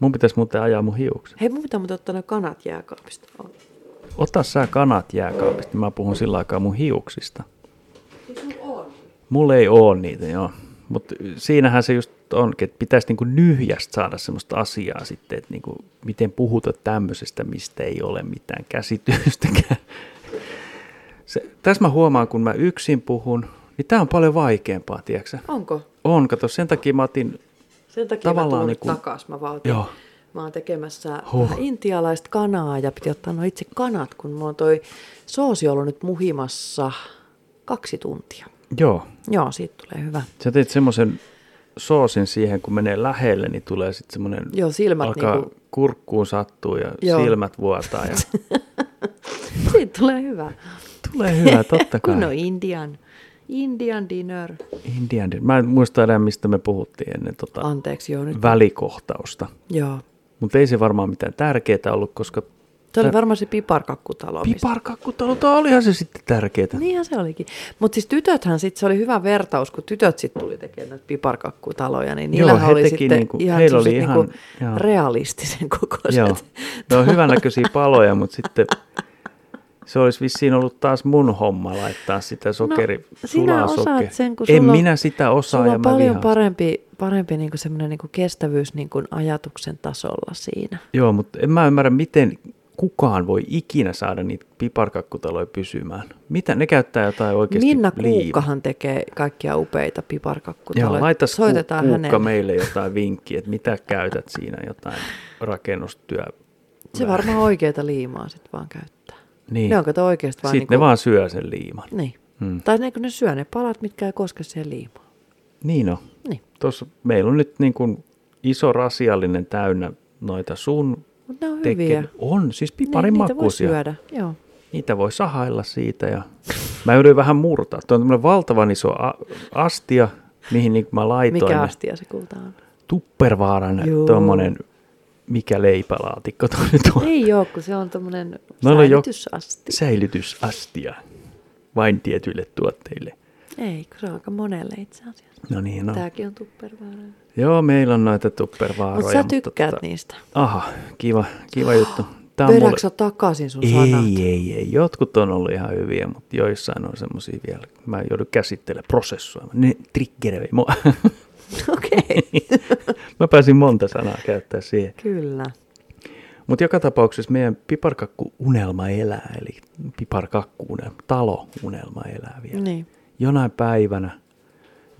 Mun pitäisi muuten ajaa mun hiukset.
Hei, mun pitää muuten ottaa ne kanat jääkaapista. Oh.
Ota sä kanat jääkaapista, mä puhun sillä aikaa mun hiuksista. Mulla ei oo niitä, joo. Mutta siinähän se just onkin, että pitäisi niinku nyhjästä saada semmoista asiaa sitten, että niinku, miten puhuta tämmöisestä, mistä ei ole mitään käsitystäkään. Se, tässä mä huomaan, kun mä yksin puhun, niin tää on paljon vaikeampaa, tiedätkö sä?
Onko?
On, kato, sen takia mä otin,
Sen takia Tavallaan
Tavallaan
mä
niinku-
tuun nyt takas. Mä vaan otin,
Joo.
Mä oon tekemässä
Huh.
huh. intialaista kanaa ja piti ottaa no itse kanat, kun mulla on toi soosi ollut nyt muhimassa kaksi tuntia.
joo,
Joo, siitä tulee hyvä.
sä teit semmoisen soosin siihen, kun menee lähelle, niin tulee sitten semmoinen
Joo, silmät
alkaa
niinku,
kurkkuun sattuu ja
Joo.
Joo. silmät vuotaa. Ja...
siitä tulee hyvä.
Tulee hyvä, totta kai.
Kun on Indian, Indian dinner.
Indian Din- Mä en muista enää, mistä me puhuttiin ennen tota
Anteeksi, joo nyt.
välikohtausta.
Joo.
Mutta ei se varmaan mitään tärkeää ollut, koska
Se oli varmaan se piparkakkutalo. mistä- Niin
piparkakkutalo, tää olihan se sitten tärkeää.
Niinhän se olikin. Mutta siis tytöthän sitten, se oli hyvä vertaus, kun tytöt sitten tuli tekemään näitä piparkakkutaloja, niin
Joo,
niillä
he
oli
teki
sitten
niinku-
ihan,
heillä oli
semmoset
ihan-
niinku
joo.
realistisen kokoiset. No,
Joo. Ne on hyvännäköisiä paloja, mutta sitten se olisi vissiin ollut taas mun homma laittaa sitä sokeri,
No, sinä
sulaa
osaat
sokeri.
sen, kun
en
sulla on-
minä sitä osaa
Sulla
ja
on
mä
paljon
vihaan sitä.
parempi, parempi niinku semmoinen niinku kestävyys niinku ajatuksen tasolla siinä.
Joo, mutta en mä ymmärrä, miten kukaan voi ikinä saada niitä piparkakkutaloja pysymään. Mitä ne käyttää jotain oikeasti
Minna
liimaa?
Kuukkahan tekee kaikkia upeita piparkakkutaloja.
Joo, laita
Soitetaan
Soitetaan Kuukka
hänelle.
meille jotain vinkkiä, että mitä käytät siinä jotain rakennustyö.
Se varmaan oikeita liimaa sitten vaan käyttää.
Niin.
Niin. Ne on kato oikeasti vaan...
Sitten
niinku-
ne vaan syö sen liiman.
Niin.
Mm.
Hmm. Tai ne, kun ne syö ne palat, mitkä ei koske siihen liimaan.
Niin on.
Niin.
Tuossa meillä on nyt niin kuin iso rasiallinen täynnä noita sun
Mut ne on hyviä.
teke- On, siis piparin
niin, niitä voi
makuisia.
syödä. Joo.
Niitä voi sahailla siitä ja mä yritin vähän murtaa. Tuo on tämmöinen valtavan iso a- astia, mihin niin mä laitoin
Mikä
ne
astia se kulta on?
Tuppervaaran
Juu.
tuommoinen mikä leipälaatikko tuo nyt on.
Ei joo, kun se on tommonen
Noilla on jo-
säilytysasti.
Säilytysastia vain tietyille tuotteille.
Ei, kun se on aika monelle itse asiassa.
No niin, no.
No. Tääkin on tupperware.
Joo, meillä on noita tuppervaaroja.
Mutta sä tykkäät niistä. Ah,
Aha, kiva, kiva juttu. Tää on mulle...
Vedäksä takaisin sun sanat?
Ei, ei, ei. Jotkut on ollut ihan hyviä, mutta joissain on semmoisia vielä. Mä joudun käsittelemään, prosessoimaan. Ne triggeröi mua.
Okei, okay.
Mä pääsin monta sanaa käyttää siihen.
kyllä.
Mutta joka tapauksessa meidän piparkakkuunelma elää, eli piparkakkuunelma, talounelma elää vielä.
Niin.
Jonain päivänä,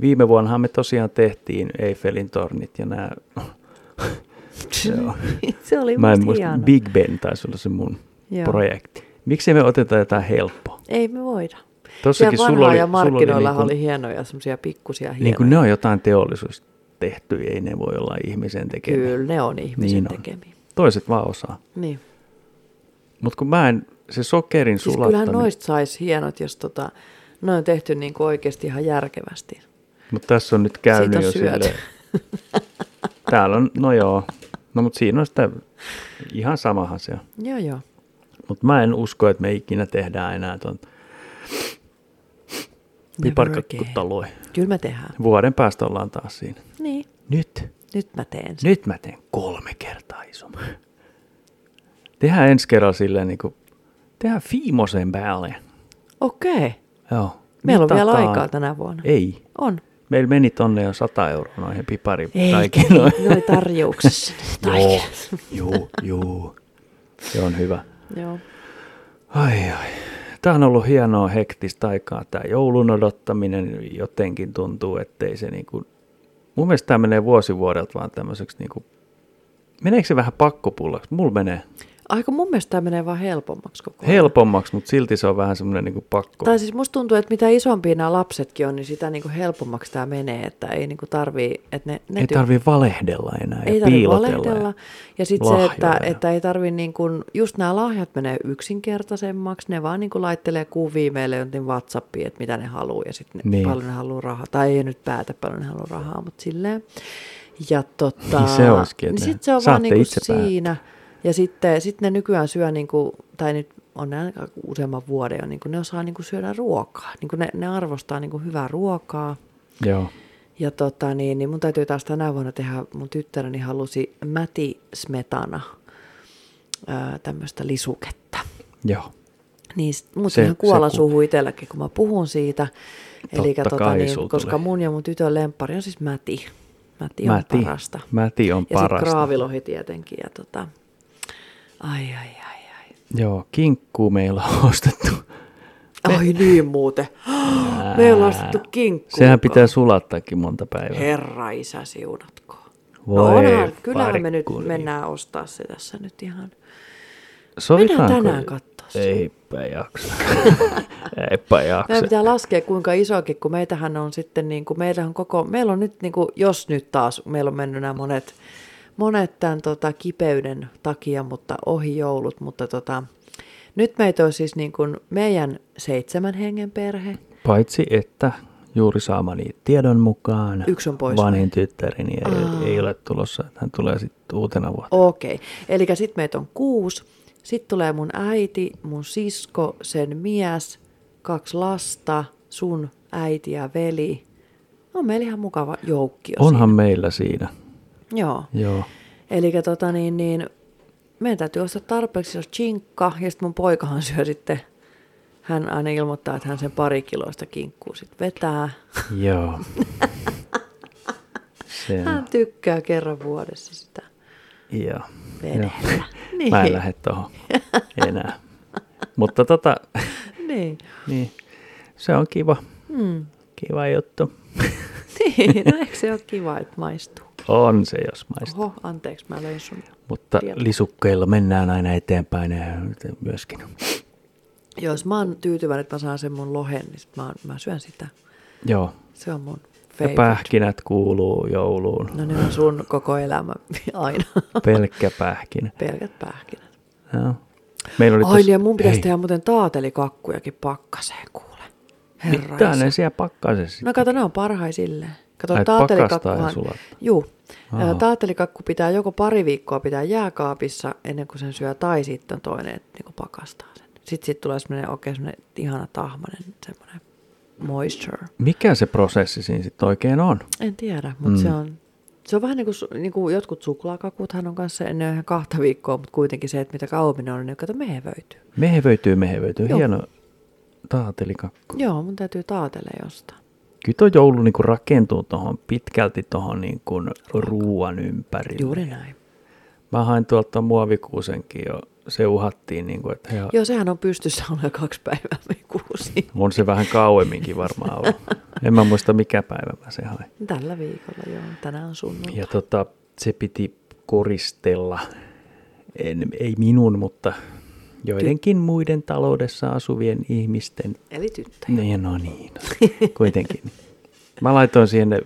viime vuonnahan me tosiaan tehtiin Eiffelin tornit ja nämä, Se on.
se oli
mä en
musta
muista,
hieno.
Big Ben taisi olla se mun
Joo.
projekti. Miksi me oteta jotain helppoa?
Ei me voida.
Tossakin
Siellä
sulla
vanhaa
oli-
ja
sulla oli
markkinoilla
niinku-
oli, hienoja semmoisia pikkusia hienoja.
Niin kuin ne on jotain teollisuus tehty, ei ne voi olla ihmisen tekemiä.
Kyllä, ne on ihmisen
Niin on.
niin tekemiä.
Toiset vaan osaa.
Niin.
Mutta kun mä en, se sokerin
Siis
sulattaminen,
kyllähän noista saisi hienot, jos tota, ne on tehty niin kuin oikeasti ihan järkevästi.
mutta tässä on nyt käynyt
Siitä on
jo
syöty.
silleen. Täällä on, no joo, no mutta siinä on sitä, ihan samahan se on.
Joo, joo.
Mutta mä en usko, että me ikinä tehdään enää tuon piparkakkutaloja.
Kyllä me tehdään.
Vuoden päästä ollaan taas siinä.
Niin,
Nyt,
nyt mä teen sen.
nyt mä teen kolme kertaa isomman. Tehdään ensi kerralla silleen niin kuin, tehdään fiimosen päälle.
Okei.
Joo.
Meillä on vielä
Mitataan.
aikaa tänä vuonna.
Ei.
On.
Meillä meni tonne jo 100 euroa noihin pipari
Ei,
taikinoihin.
ne oli tarjouksessa.
Joo, juu, juu. Se on hyvä.
Joo.
Ai ai. Tämä on ollut hienoa hektistä aikaa, tämä joulun odottaminen jotenkin tuntuu, ettei se niin kuin... Mun mielestä tämä menee vuosi vuodelta vaan tämmöiseksi niin kuin... Meneekö se vähän pakkopullaksi? Mulla menee
Aika mun mielestä tämä menee vaan helpommaksi koko ajan.
helpommaksi, mutta silti se on vähän semmoinen niin kuin pakko.
Tai siis musta tuntuu, että mitä isompia nämä lapsetkin on, niin sitä niin kuin helpommaksi tämä menee, että ei niin kuin tarvii, että ne, ne
Ei
tykkää-
tarvii valehdella enää ja
ei tarvitse
piilotella. ja-
valehdella. Ja sitten se, että,
lahjoja.
että ei tarvi niin kuin, just nämä lahjat menee yksinkertaisemmaksi, ne vaan niin kuin laittelee kuvia meille jonkin Whatsappiin, että mitä ne haluaa ja sitten
Niin.
niin. paljon ne haluaa rahaa. Tai ei nyt päätä paljon ne haluaa rahaa, mutta silleen. Ja tota,
Niin se olisikin, että
niin
ne-
sit se on
saatte
vaan niin kuin
itse päättää.
siinä. Ja sitten sit ne nykyään syö, niin kuin, tai nyt on ne aika useamman vuoden jo, niin kuin ne osaa niin kuin syödä ruokaa. Niin kuin ne, ne arvostaa niin kuin hyvää ruokaa.
Joo.
Ja tota, niin, niin mun täytyy taas tänä vuonna tehdä, mun tyttäreni halusi mäti smetana tämmöistä lisuketta.
Joo.
Niin,
Se-
mutta ihan
se
kuolla
ku-
suhu itselläkin, kun mä puhun siitä. Elikkä
Totta
tota,
kai
niin,
sulla
koska
tulee.
mun ja mun tytön lempari on siis mäti. Mäti on
Mäti.
parasta.
Mäti on
ja sitten
parasta.
kraavilohi tietenkin. Ja tota, ai, ai, ai, ai.
Joo, kinkkuu meillä on ostettu.
Ai niin muuten. Me ollaan ostettu kinkkuun.
Sehän pitää sulattaakin monta päivää.
Herra isä siunatko. no
Voi
onhan, kyllähän me nyt
farkkuli.
mennään ostaa se tässä nyt ihan.
Sovitaanko?
Mennään tänään kattoo se.
Eipä jaksa. Eipä jaksa.
Meidän pitää laskea kuinka isokin, kun meitähän on sitten, niin kuin, meillä on koko, meillä on nyt, niin kuin, jos nyt taas, meillä on mennyt nämä monet, monet tämän tota, kipeyden takia, mutta ohi joulut, mutta tota, nyt meitä on siis niin kuin meidän seitsemän hengen perhe,
Paitsi että juuri saamani tiedon mukaan
Yksi on pois
vanhin tyttäreni ei, ei, ole tulossa. Hän tulee sitten uutena vuotta.
Okei, eli sitten meitä on kuusi. Sitten tulee mun äiti, mun sisko, sen mies, kaksi lasta, sun äiti ja veli. On meillä ihan mukava joukki.
Onhan meillä siinä.
Joo.
Joo.
Eli tota niin, niin, meidän täytyy ostaa tarpeeksi jos chinkka, ja sitten mun poikahan syö sitten, hän aina ilmoittaa, että hän sen pari kiloista kinkkuu sitten vetää.
Joo. Sen.
Hän tykkää kerran vuodessa sitä
Joo. Joo.
vedellä. Niin.
Mä en lähde tuohon enää. Mutta tota,
Niin.
niin, se on kiva,
Mm.
kiva juttu.
niin. No eikö se ole kiva, että maistuu?
On se, jos maistuu.
Oho, anteeksi, mä löin sun.
Mutta
Tiedä.
lisukkeilla mennään aina eteenpäin ja myöskin.
Jos mä oon tyytyväinen, että mä saan sen mun lohen, niin sit mä, oon- mä syön sitä.
Joo.
Se on mun
Ja
favorite.
pähkinät kuuluu jouluun.
No ne on sun koko elämä aina.
Pelkkä pähkinä.
Pelkät pähkinät.
Joo. Meillä oli
Ai niin, ja mun pitäisi tehdä muuten taatelikakkujakin pakkaseen, kuule. Herra
Mitä
isä.
ne siellä pakkasessa?
No kato, ne on parhaisille. Kato,
Ai, pakastaa ja
taatelikakkuhan...
sulattaa.
Juu.
Aha.
Ää, Taatelikakku pitää joko pari viikkoa pitää jääkaapissa ennen kuin sen syö, tai sitten on toinen, että niinku pakastaa sen. Sitten siitä tulee semmoinen oikein semmoinen ihana tahmanen semmoinen moisture.
Mikä se prosessi siinä sitten oikein on?
En tiedä, mutta mm. se on... Se on vähän niin kuin, su- niin kuin jotkut suklaakakuthan on kanssa ennen ihan kahta viikkoa, mutta kuitenkin se, että mitä kauemmin ne on, niin kato mehevöityy.
Mehevöityy, mehevöityy. Joo.
Joo.
Hieno taatelikakku.
Joo, mun täytyy taatella jostain.
Kyllä tuo joulu niinku rakentuu tohon, pitkälti tuohon niinku ruuan ympärille.
Juuri näin.
Mä hain tuolta muovikuusenkin jo. Se uhattiin, niinku, että hei,
Joo, sehän on pystyssä ollut jo kaksi päivää me kuusi.
on se vähän kauemminkin varmaan ollut. en mä muista mikä päivä mä se hain.
Tällä viikolla joo, tänään on sunnuntai.
Ja tota, se piti koristella, en, ei minun, mutta joidenkin muiden taloudessa asuvien ihmisten.
Eli tyttö.
Niin, no niin, no, kuitenkin. Mä laitoin siihen ne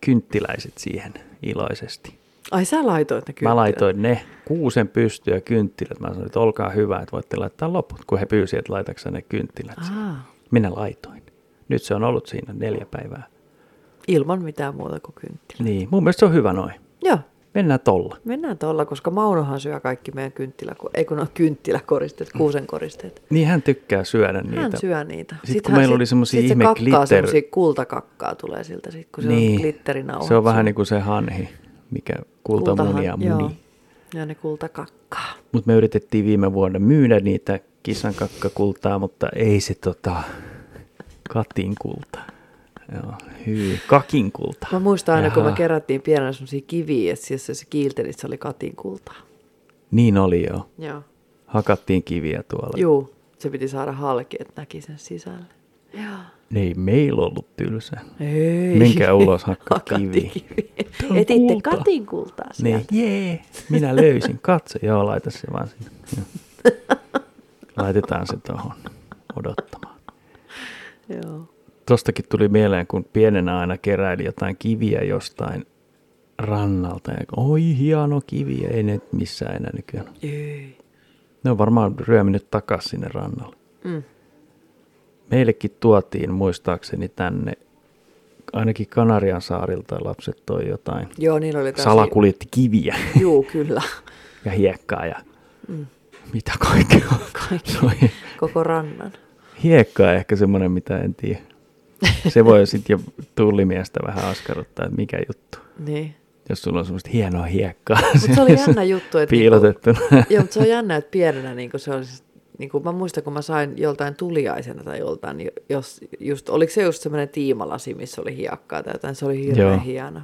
kynttiläiset siihen iloisesti.
Ai sä laitoit ne kyllä.
Mä laitoin ne kuusen pystyä kynttilät. Mä sanoin, että olkaa hyvä, että voitte laittaa loput, kun he pyysivät, että laitaksä ne kynttilät. siihen.
Aa,
Minä laitoin. Nyt se on ollut siinä neljä päivää.
ilman mitään muuta kuin kynttilä.
Niin, mun mielestä se on hyvä noin.
Joo,
Mennään tolla.
mennään tuolla, koska Maunohan syö kaikki meidän kynttilä, ei kun on kynttiläkoristeet, kuusenkoristeet.
Niin hän tykkää syödä niitä.
Hän syö niitä.
Sitten kun meillä oli semmosia
sit
ihme
se kakkaa
glitter-
semmosia kultakakkaa tulee siltä, sit, kun se niin. on glitterinauhat.
Se on vähän niin kuin se hanhi, mikä kultamunia
Joo.
muni.
Ja ne kultakakkaa.
Mutta me yritettiin viime vuonna myydä niitä kissan kakkakultaa, mutta ei se tota, katin kulta. Joo, hyy, kakin kulta.
Mä muistan aina, kun me
Jaha.
kerättiin pienenä semmoisia kiviä, että siis se kiiltelit, se oli katin kultaa.
Niin oli joo.
Joo.
Hakattiin kiviä tuolla.
Juu, se piti saada halki, että näki sen sisälle. Joo.
Ne Ei meillä ollut tylsä.
Ei.
Menkää ulos hakkaa
Hakattiin
kiviä.
kiviä.
Tää on
Etitte
kultaa.
katin kultaa
Niin,
sieltä.
jee, minä löysin. Katso, joo, laita se vaan sinne. Joo. Laitetaan se tuohon odottamaan.
Niin. Joo.
Tuostakin tuli mieleen, kun pienenä aina keräili jotain kiviä jostain rannalta. Ja, Oi hieno kivi, ei ne missään enää nykyään. ole.
Ei.
Ne on varmaan ryöminyt takaisin sinne rannalle.
Mm.
Meillekin tuotiin muistaakseni tänne, ainakin Kanarian saarilta lapset toi jotain.
Joo, niillä oli tämmösiä-
Salakuljetti kiviä
Juu, kyllä.
ja hiekkaa ja
Mm.
mitä kaikkea. Se oli-
Koko rannan.
Hiekka on ehkä semmoinen, mitä en tiedä. Se voi sitten jo tullimiestä vähän askarruttaa, että mikä juttu.
Niin.
Jos sulla on semmoista hienoa hiekkaa.
Mutta se oli jännä juttu, että
Piilotettu.
Niinku, joo, mutta se on jännä, että pienenä niinku se on siis, niinku, mä muistan, kun mä sain joltain tuliaisena tai joltain, jo- jos, just, oliko se just semmoinen tiimalasi, missä oli hiekkaa tai jotain, se oli hirveän
Joo.
joo. hieno.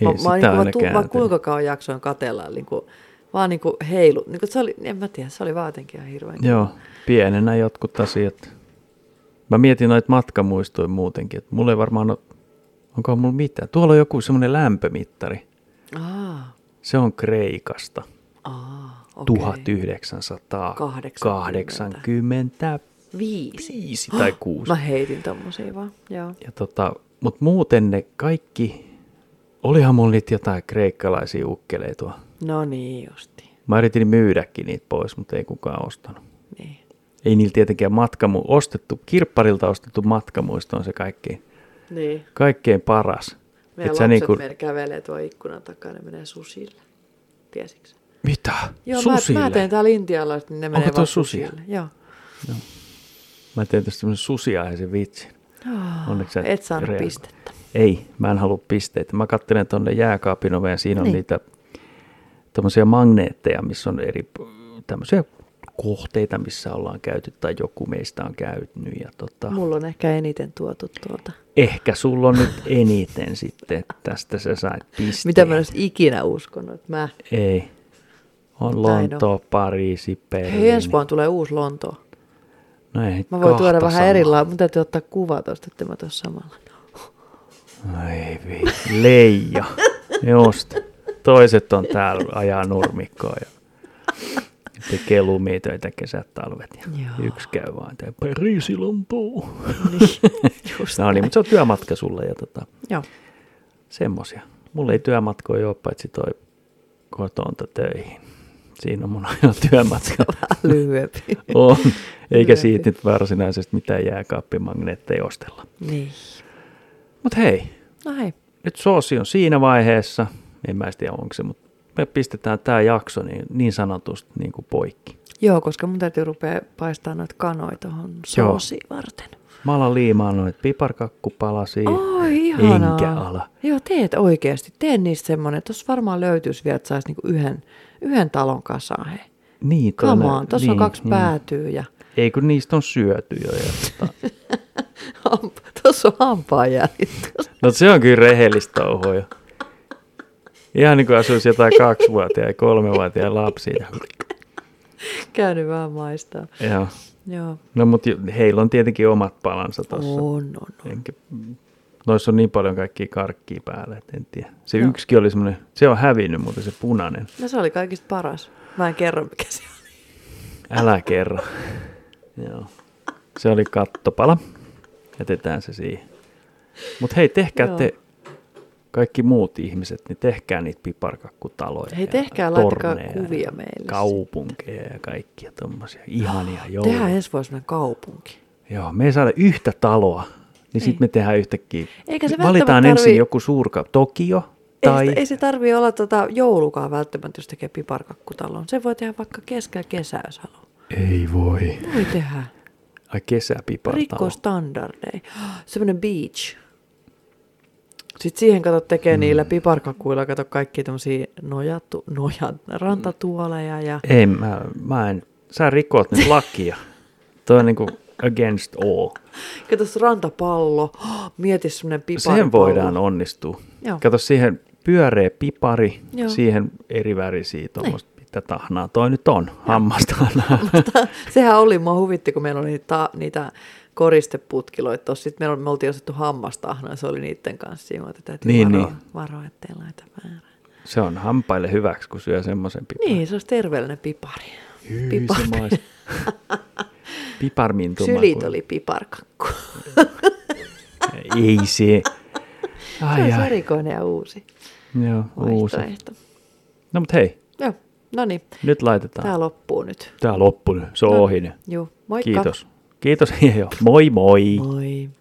Niin,
mä,
sitä
mä, niinku,
aina
mä, tu, mä
kääntelin.
kuinka kauan jaksoin katella, niinku, vaan niinku heilu, niinku, se oli, en mä tiedä, se oli vaan jotenkin ihan hirveän.
Joo, pienenä jotkut asiat. Mä mietin noita matkamuistoja muutenkin, että mulla ei varmaan ole, onko mulla mitään. Tuolla on joku semmoinen lämpömittari.
Aa,
Se on Kreikasta.
aa, okei.
Okay. 1985
Viisi.
tai 6.
Mä heitin tommosia vaan, joo.
Ja tota, mutta muuten ne kaikki, olihan mulla niitä jotain kreikkalaisia ukkeleita.
No niin justi,
Mä yritin myydäkin niitä pois, mutta ei kukaan ostanut.
niin.
Ei niillä tietenkään matkamu, ostettu, kirpparilta ostettu matkamuisto on se kaikkein,
Niin.
kaikkein paras.
Meidän
Et niinku-
lapset niin kuin... kävelee tuon ikkunan takaa, ne menee susille. Tiesitkö sä?
mitä?
Joo,
Susille?
Mä, mä teen täällä intialaiset, niin ne menee
toi
vaan
susia?
susille. Joo.
mä teen tästä semmoisen susiaisen vitsin.
Oh,
Onneksi sä
et saanut
reagoit.
pistettä.
Ei, mä en halua pisteitä. Mä katselen tuonne jääkaapin oveen, siinä on niin.
Niin.
niitä tommosia magneetteja, missä on eri tämmöisiä kohteita, missä ollaan käyty tai joku meistä on käynyt. Ja tota,
Mulla on ehkä eniten tuotu tuolta.
ehkä sulla on nyt eniten sitten, että tästä sä sait pisteen.
Mitä mä en olisi ikinä uskonut, että mä
Ei. On
Näin on.
Lonto, Pariisi, Berliini.
Hei, ensi vuonna tulee uusi Lonto.
No ei
Mä voin
kahta
tuoda vähän
samaa.
erilainen. Mun täytyy ottaa kuva tosta, että mä tuossa samalla.
Ei vi, leija. Just. Toiset on täällä ajaa nurmikkoa ja tekee lumitöitä kesät, talvet. Ja
Joo.
yksi käy vaan tää Pariisi, Lontoa.
Just
No niin, mutta se on työmatka sulle ja tota,
Joo.
semmosia. Mulla ei työmatkoja ole, paitsi toi kotoonta töihin. Siinä on mun ainoa työmatka.
Vähän lyhyempi.
on. Eikä
Lyhyempi.
siitä nyt varsinaisesti mitään jääkaappimagneetteja ostella.
niin.
Mutta hei,
No hei.
nyt soosi on siinä vaiheessa. En mä edes tiedä onko se, mutta me pistetään tämä jakso niin, niin sanotusti niin kuin poikki.
Joo, koska mun täytyy rupea paistaa noita kanoja tuohon
Joo.
soosi varten.
Mä alan liimaan noita piparkakkupalasia.
Oi, ihanaa.
Niin. Enkä ala.
Joo, teet oikeasti. Tee niistä semmoinen. Tuossa varmaan löytyisi vielä, että saisi niinku yhden, yhden talon kasaan. Hei.
Niin,
Come
tuonne-
on, tuossa on kaksi
mm.
päätyä ja
Ei kun niistä on syöty jo. Ja, tota,
tuossa on hampaanjäljet.
No se on kyllä rehellistä touhua jo. Ihan niin kuin asuisi jotain kaksivuotiaita ja kolmevuotiaita lapsia.
Käynyt vähän maistaa.
Joo.
Joo,
No mutta heillä on tietenkin omat palansa
on,
tuossa.
on, on.
Enkä, noissa on niin paljon kaikkia karkkia päällä, että en tiedä. Se no. yksikin oli semmoinen, se on hävinnyt, mutta se punainen.
No se oli kaikista paras. Mä en kerro, mikä se oli.
Älä kerro. Joo. Se oli kattopala. Jätetään se siihen. Mutta hei, tehkää
Joo.
te kaikki muut ihmiset, niin tehkää niitä piparkakkutaloja.
Hei,
ja
tehkää, laittakaa
torneja
kuvia
ja
meille
Kaupunkeja ja kaikkia tuommoisia. Ihania
Tehdään
jouluja.
ensi vuonna semmoinen kaupunki.
Joo, me ei saada yhtä taloa, niin
Ei.
sitten me tehdään yhtäkkiä.
Eikä se
Valitaan
välttämättä
ensin
tarvii-
joku suurka, Tokio
Tai...
tai...
Ei, sitä- ei se tarvii olla tota joulukaan välttämättä, jos tekee piparkakkutalon. Se voi tehdä vaikka keskellä kesää, jos haluaa.
ei voi.
Voi tehdä.
Ai kesäpipartalo.
Rikkoo standardeja. Semmoinen beach. Sitten siihen kato tekee mm. niillä piparkakuilla, kato kaikki tämmöisiä nojatu, noja, rantatuoleja ja
Ei, mä, mä en. Sä rikot nyt lakia. Toi on niinku against all. Mm.
kato se rantapallo. Mieti semmoinen piparipallo.
Siihen voidaan onnistua.
Joo.
Kato siihen pyöreä pipari,
Joo. Niin.
Joo. siihen eri värisiä tuommoista, mitä tahnaa. Toi nyt on, hammastahnaa.
Sehän oli, mua huvitti, kun meillä oli niitä, niitä koristeputkiloita tuossa. Sitten meillä, oli- me oltiin ostettu hammastahnoja, se oli niiden kanssa siinä, mutta täytyy niin,
Niin,
varoa, niin.
niin.
varoa, ettei laita väärää.
Se on hampaille hyväksi, kun syö semmoisen piparin.
Niin, se olisi terveellinen pipari.
Hyi, se
Pipari.
maistuu. Piparmintuma.
Sylit
kun-
oli piparkakku.
Ei se.
Se
Ai,
olisi
ai.
erikoinen ja uusi
Joo, uusi.
vaihtoehto.
No mut hei,
Joo, no niin,
nyt laitetaan.
tämä loppuu nyt.
Tää loppu nyt, se on ohi nyt.
Joo, moikka.
Kiitos. Kiitos. Joo, Moi moi.
Moi.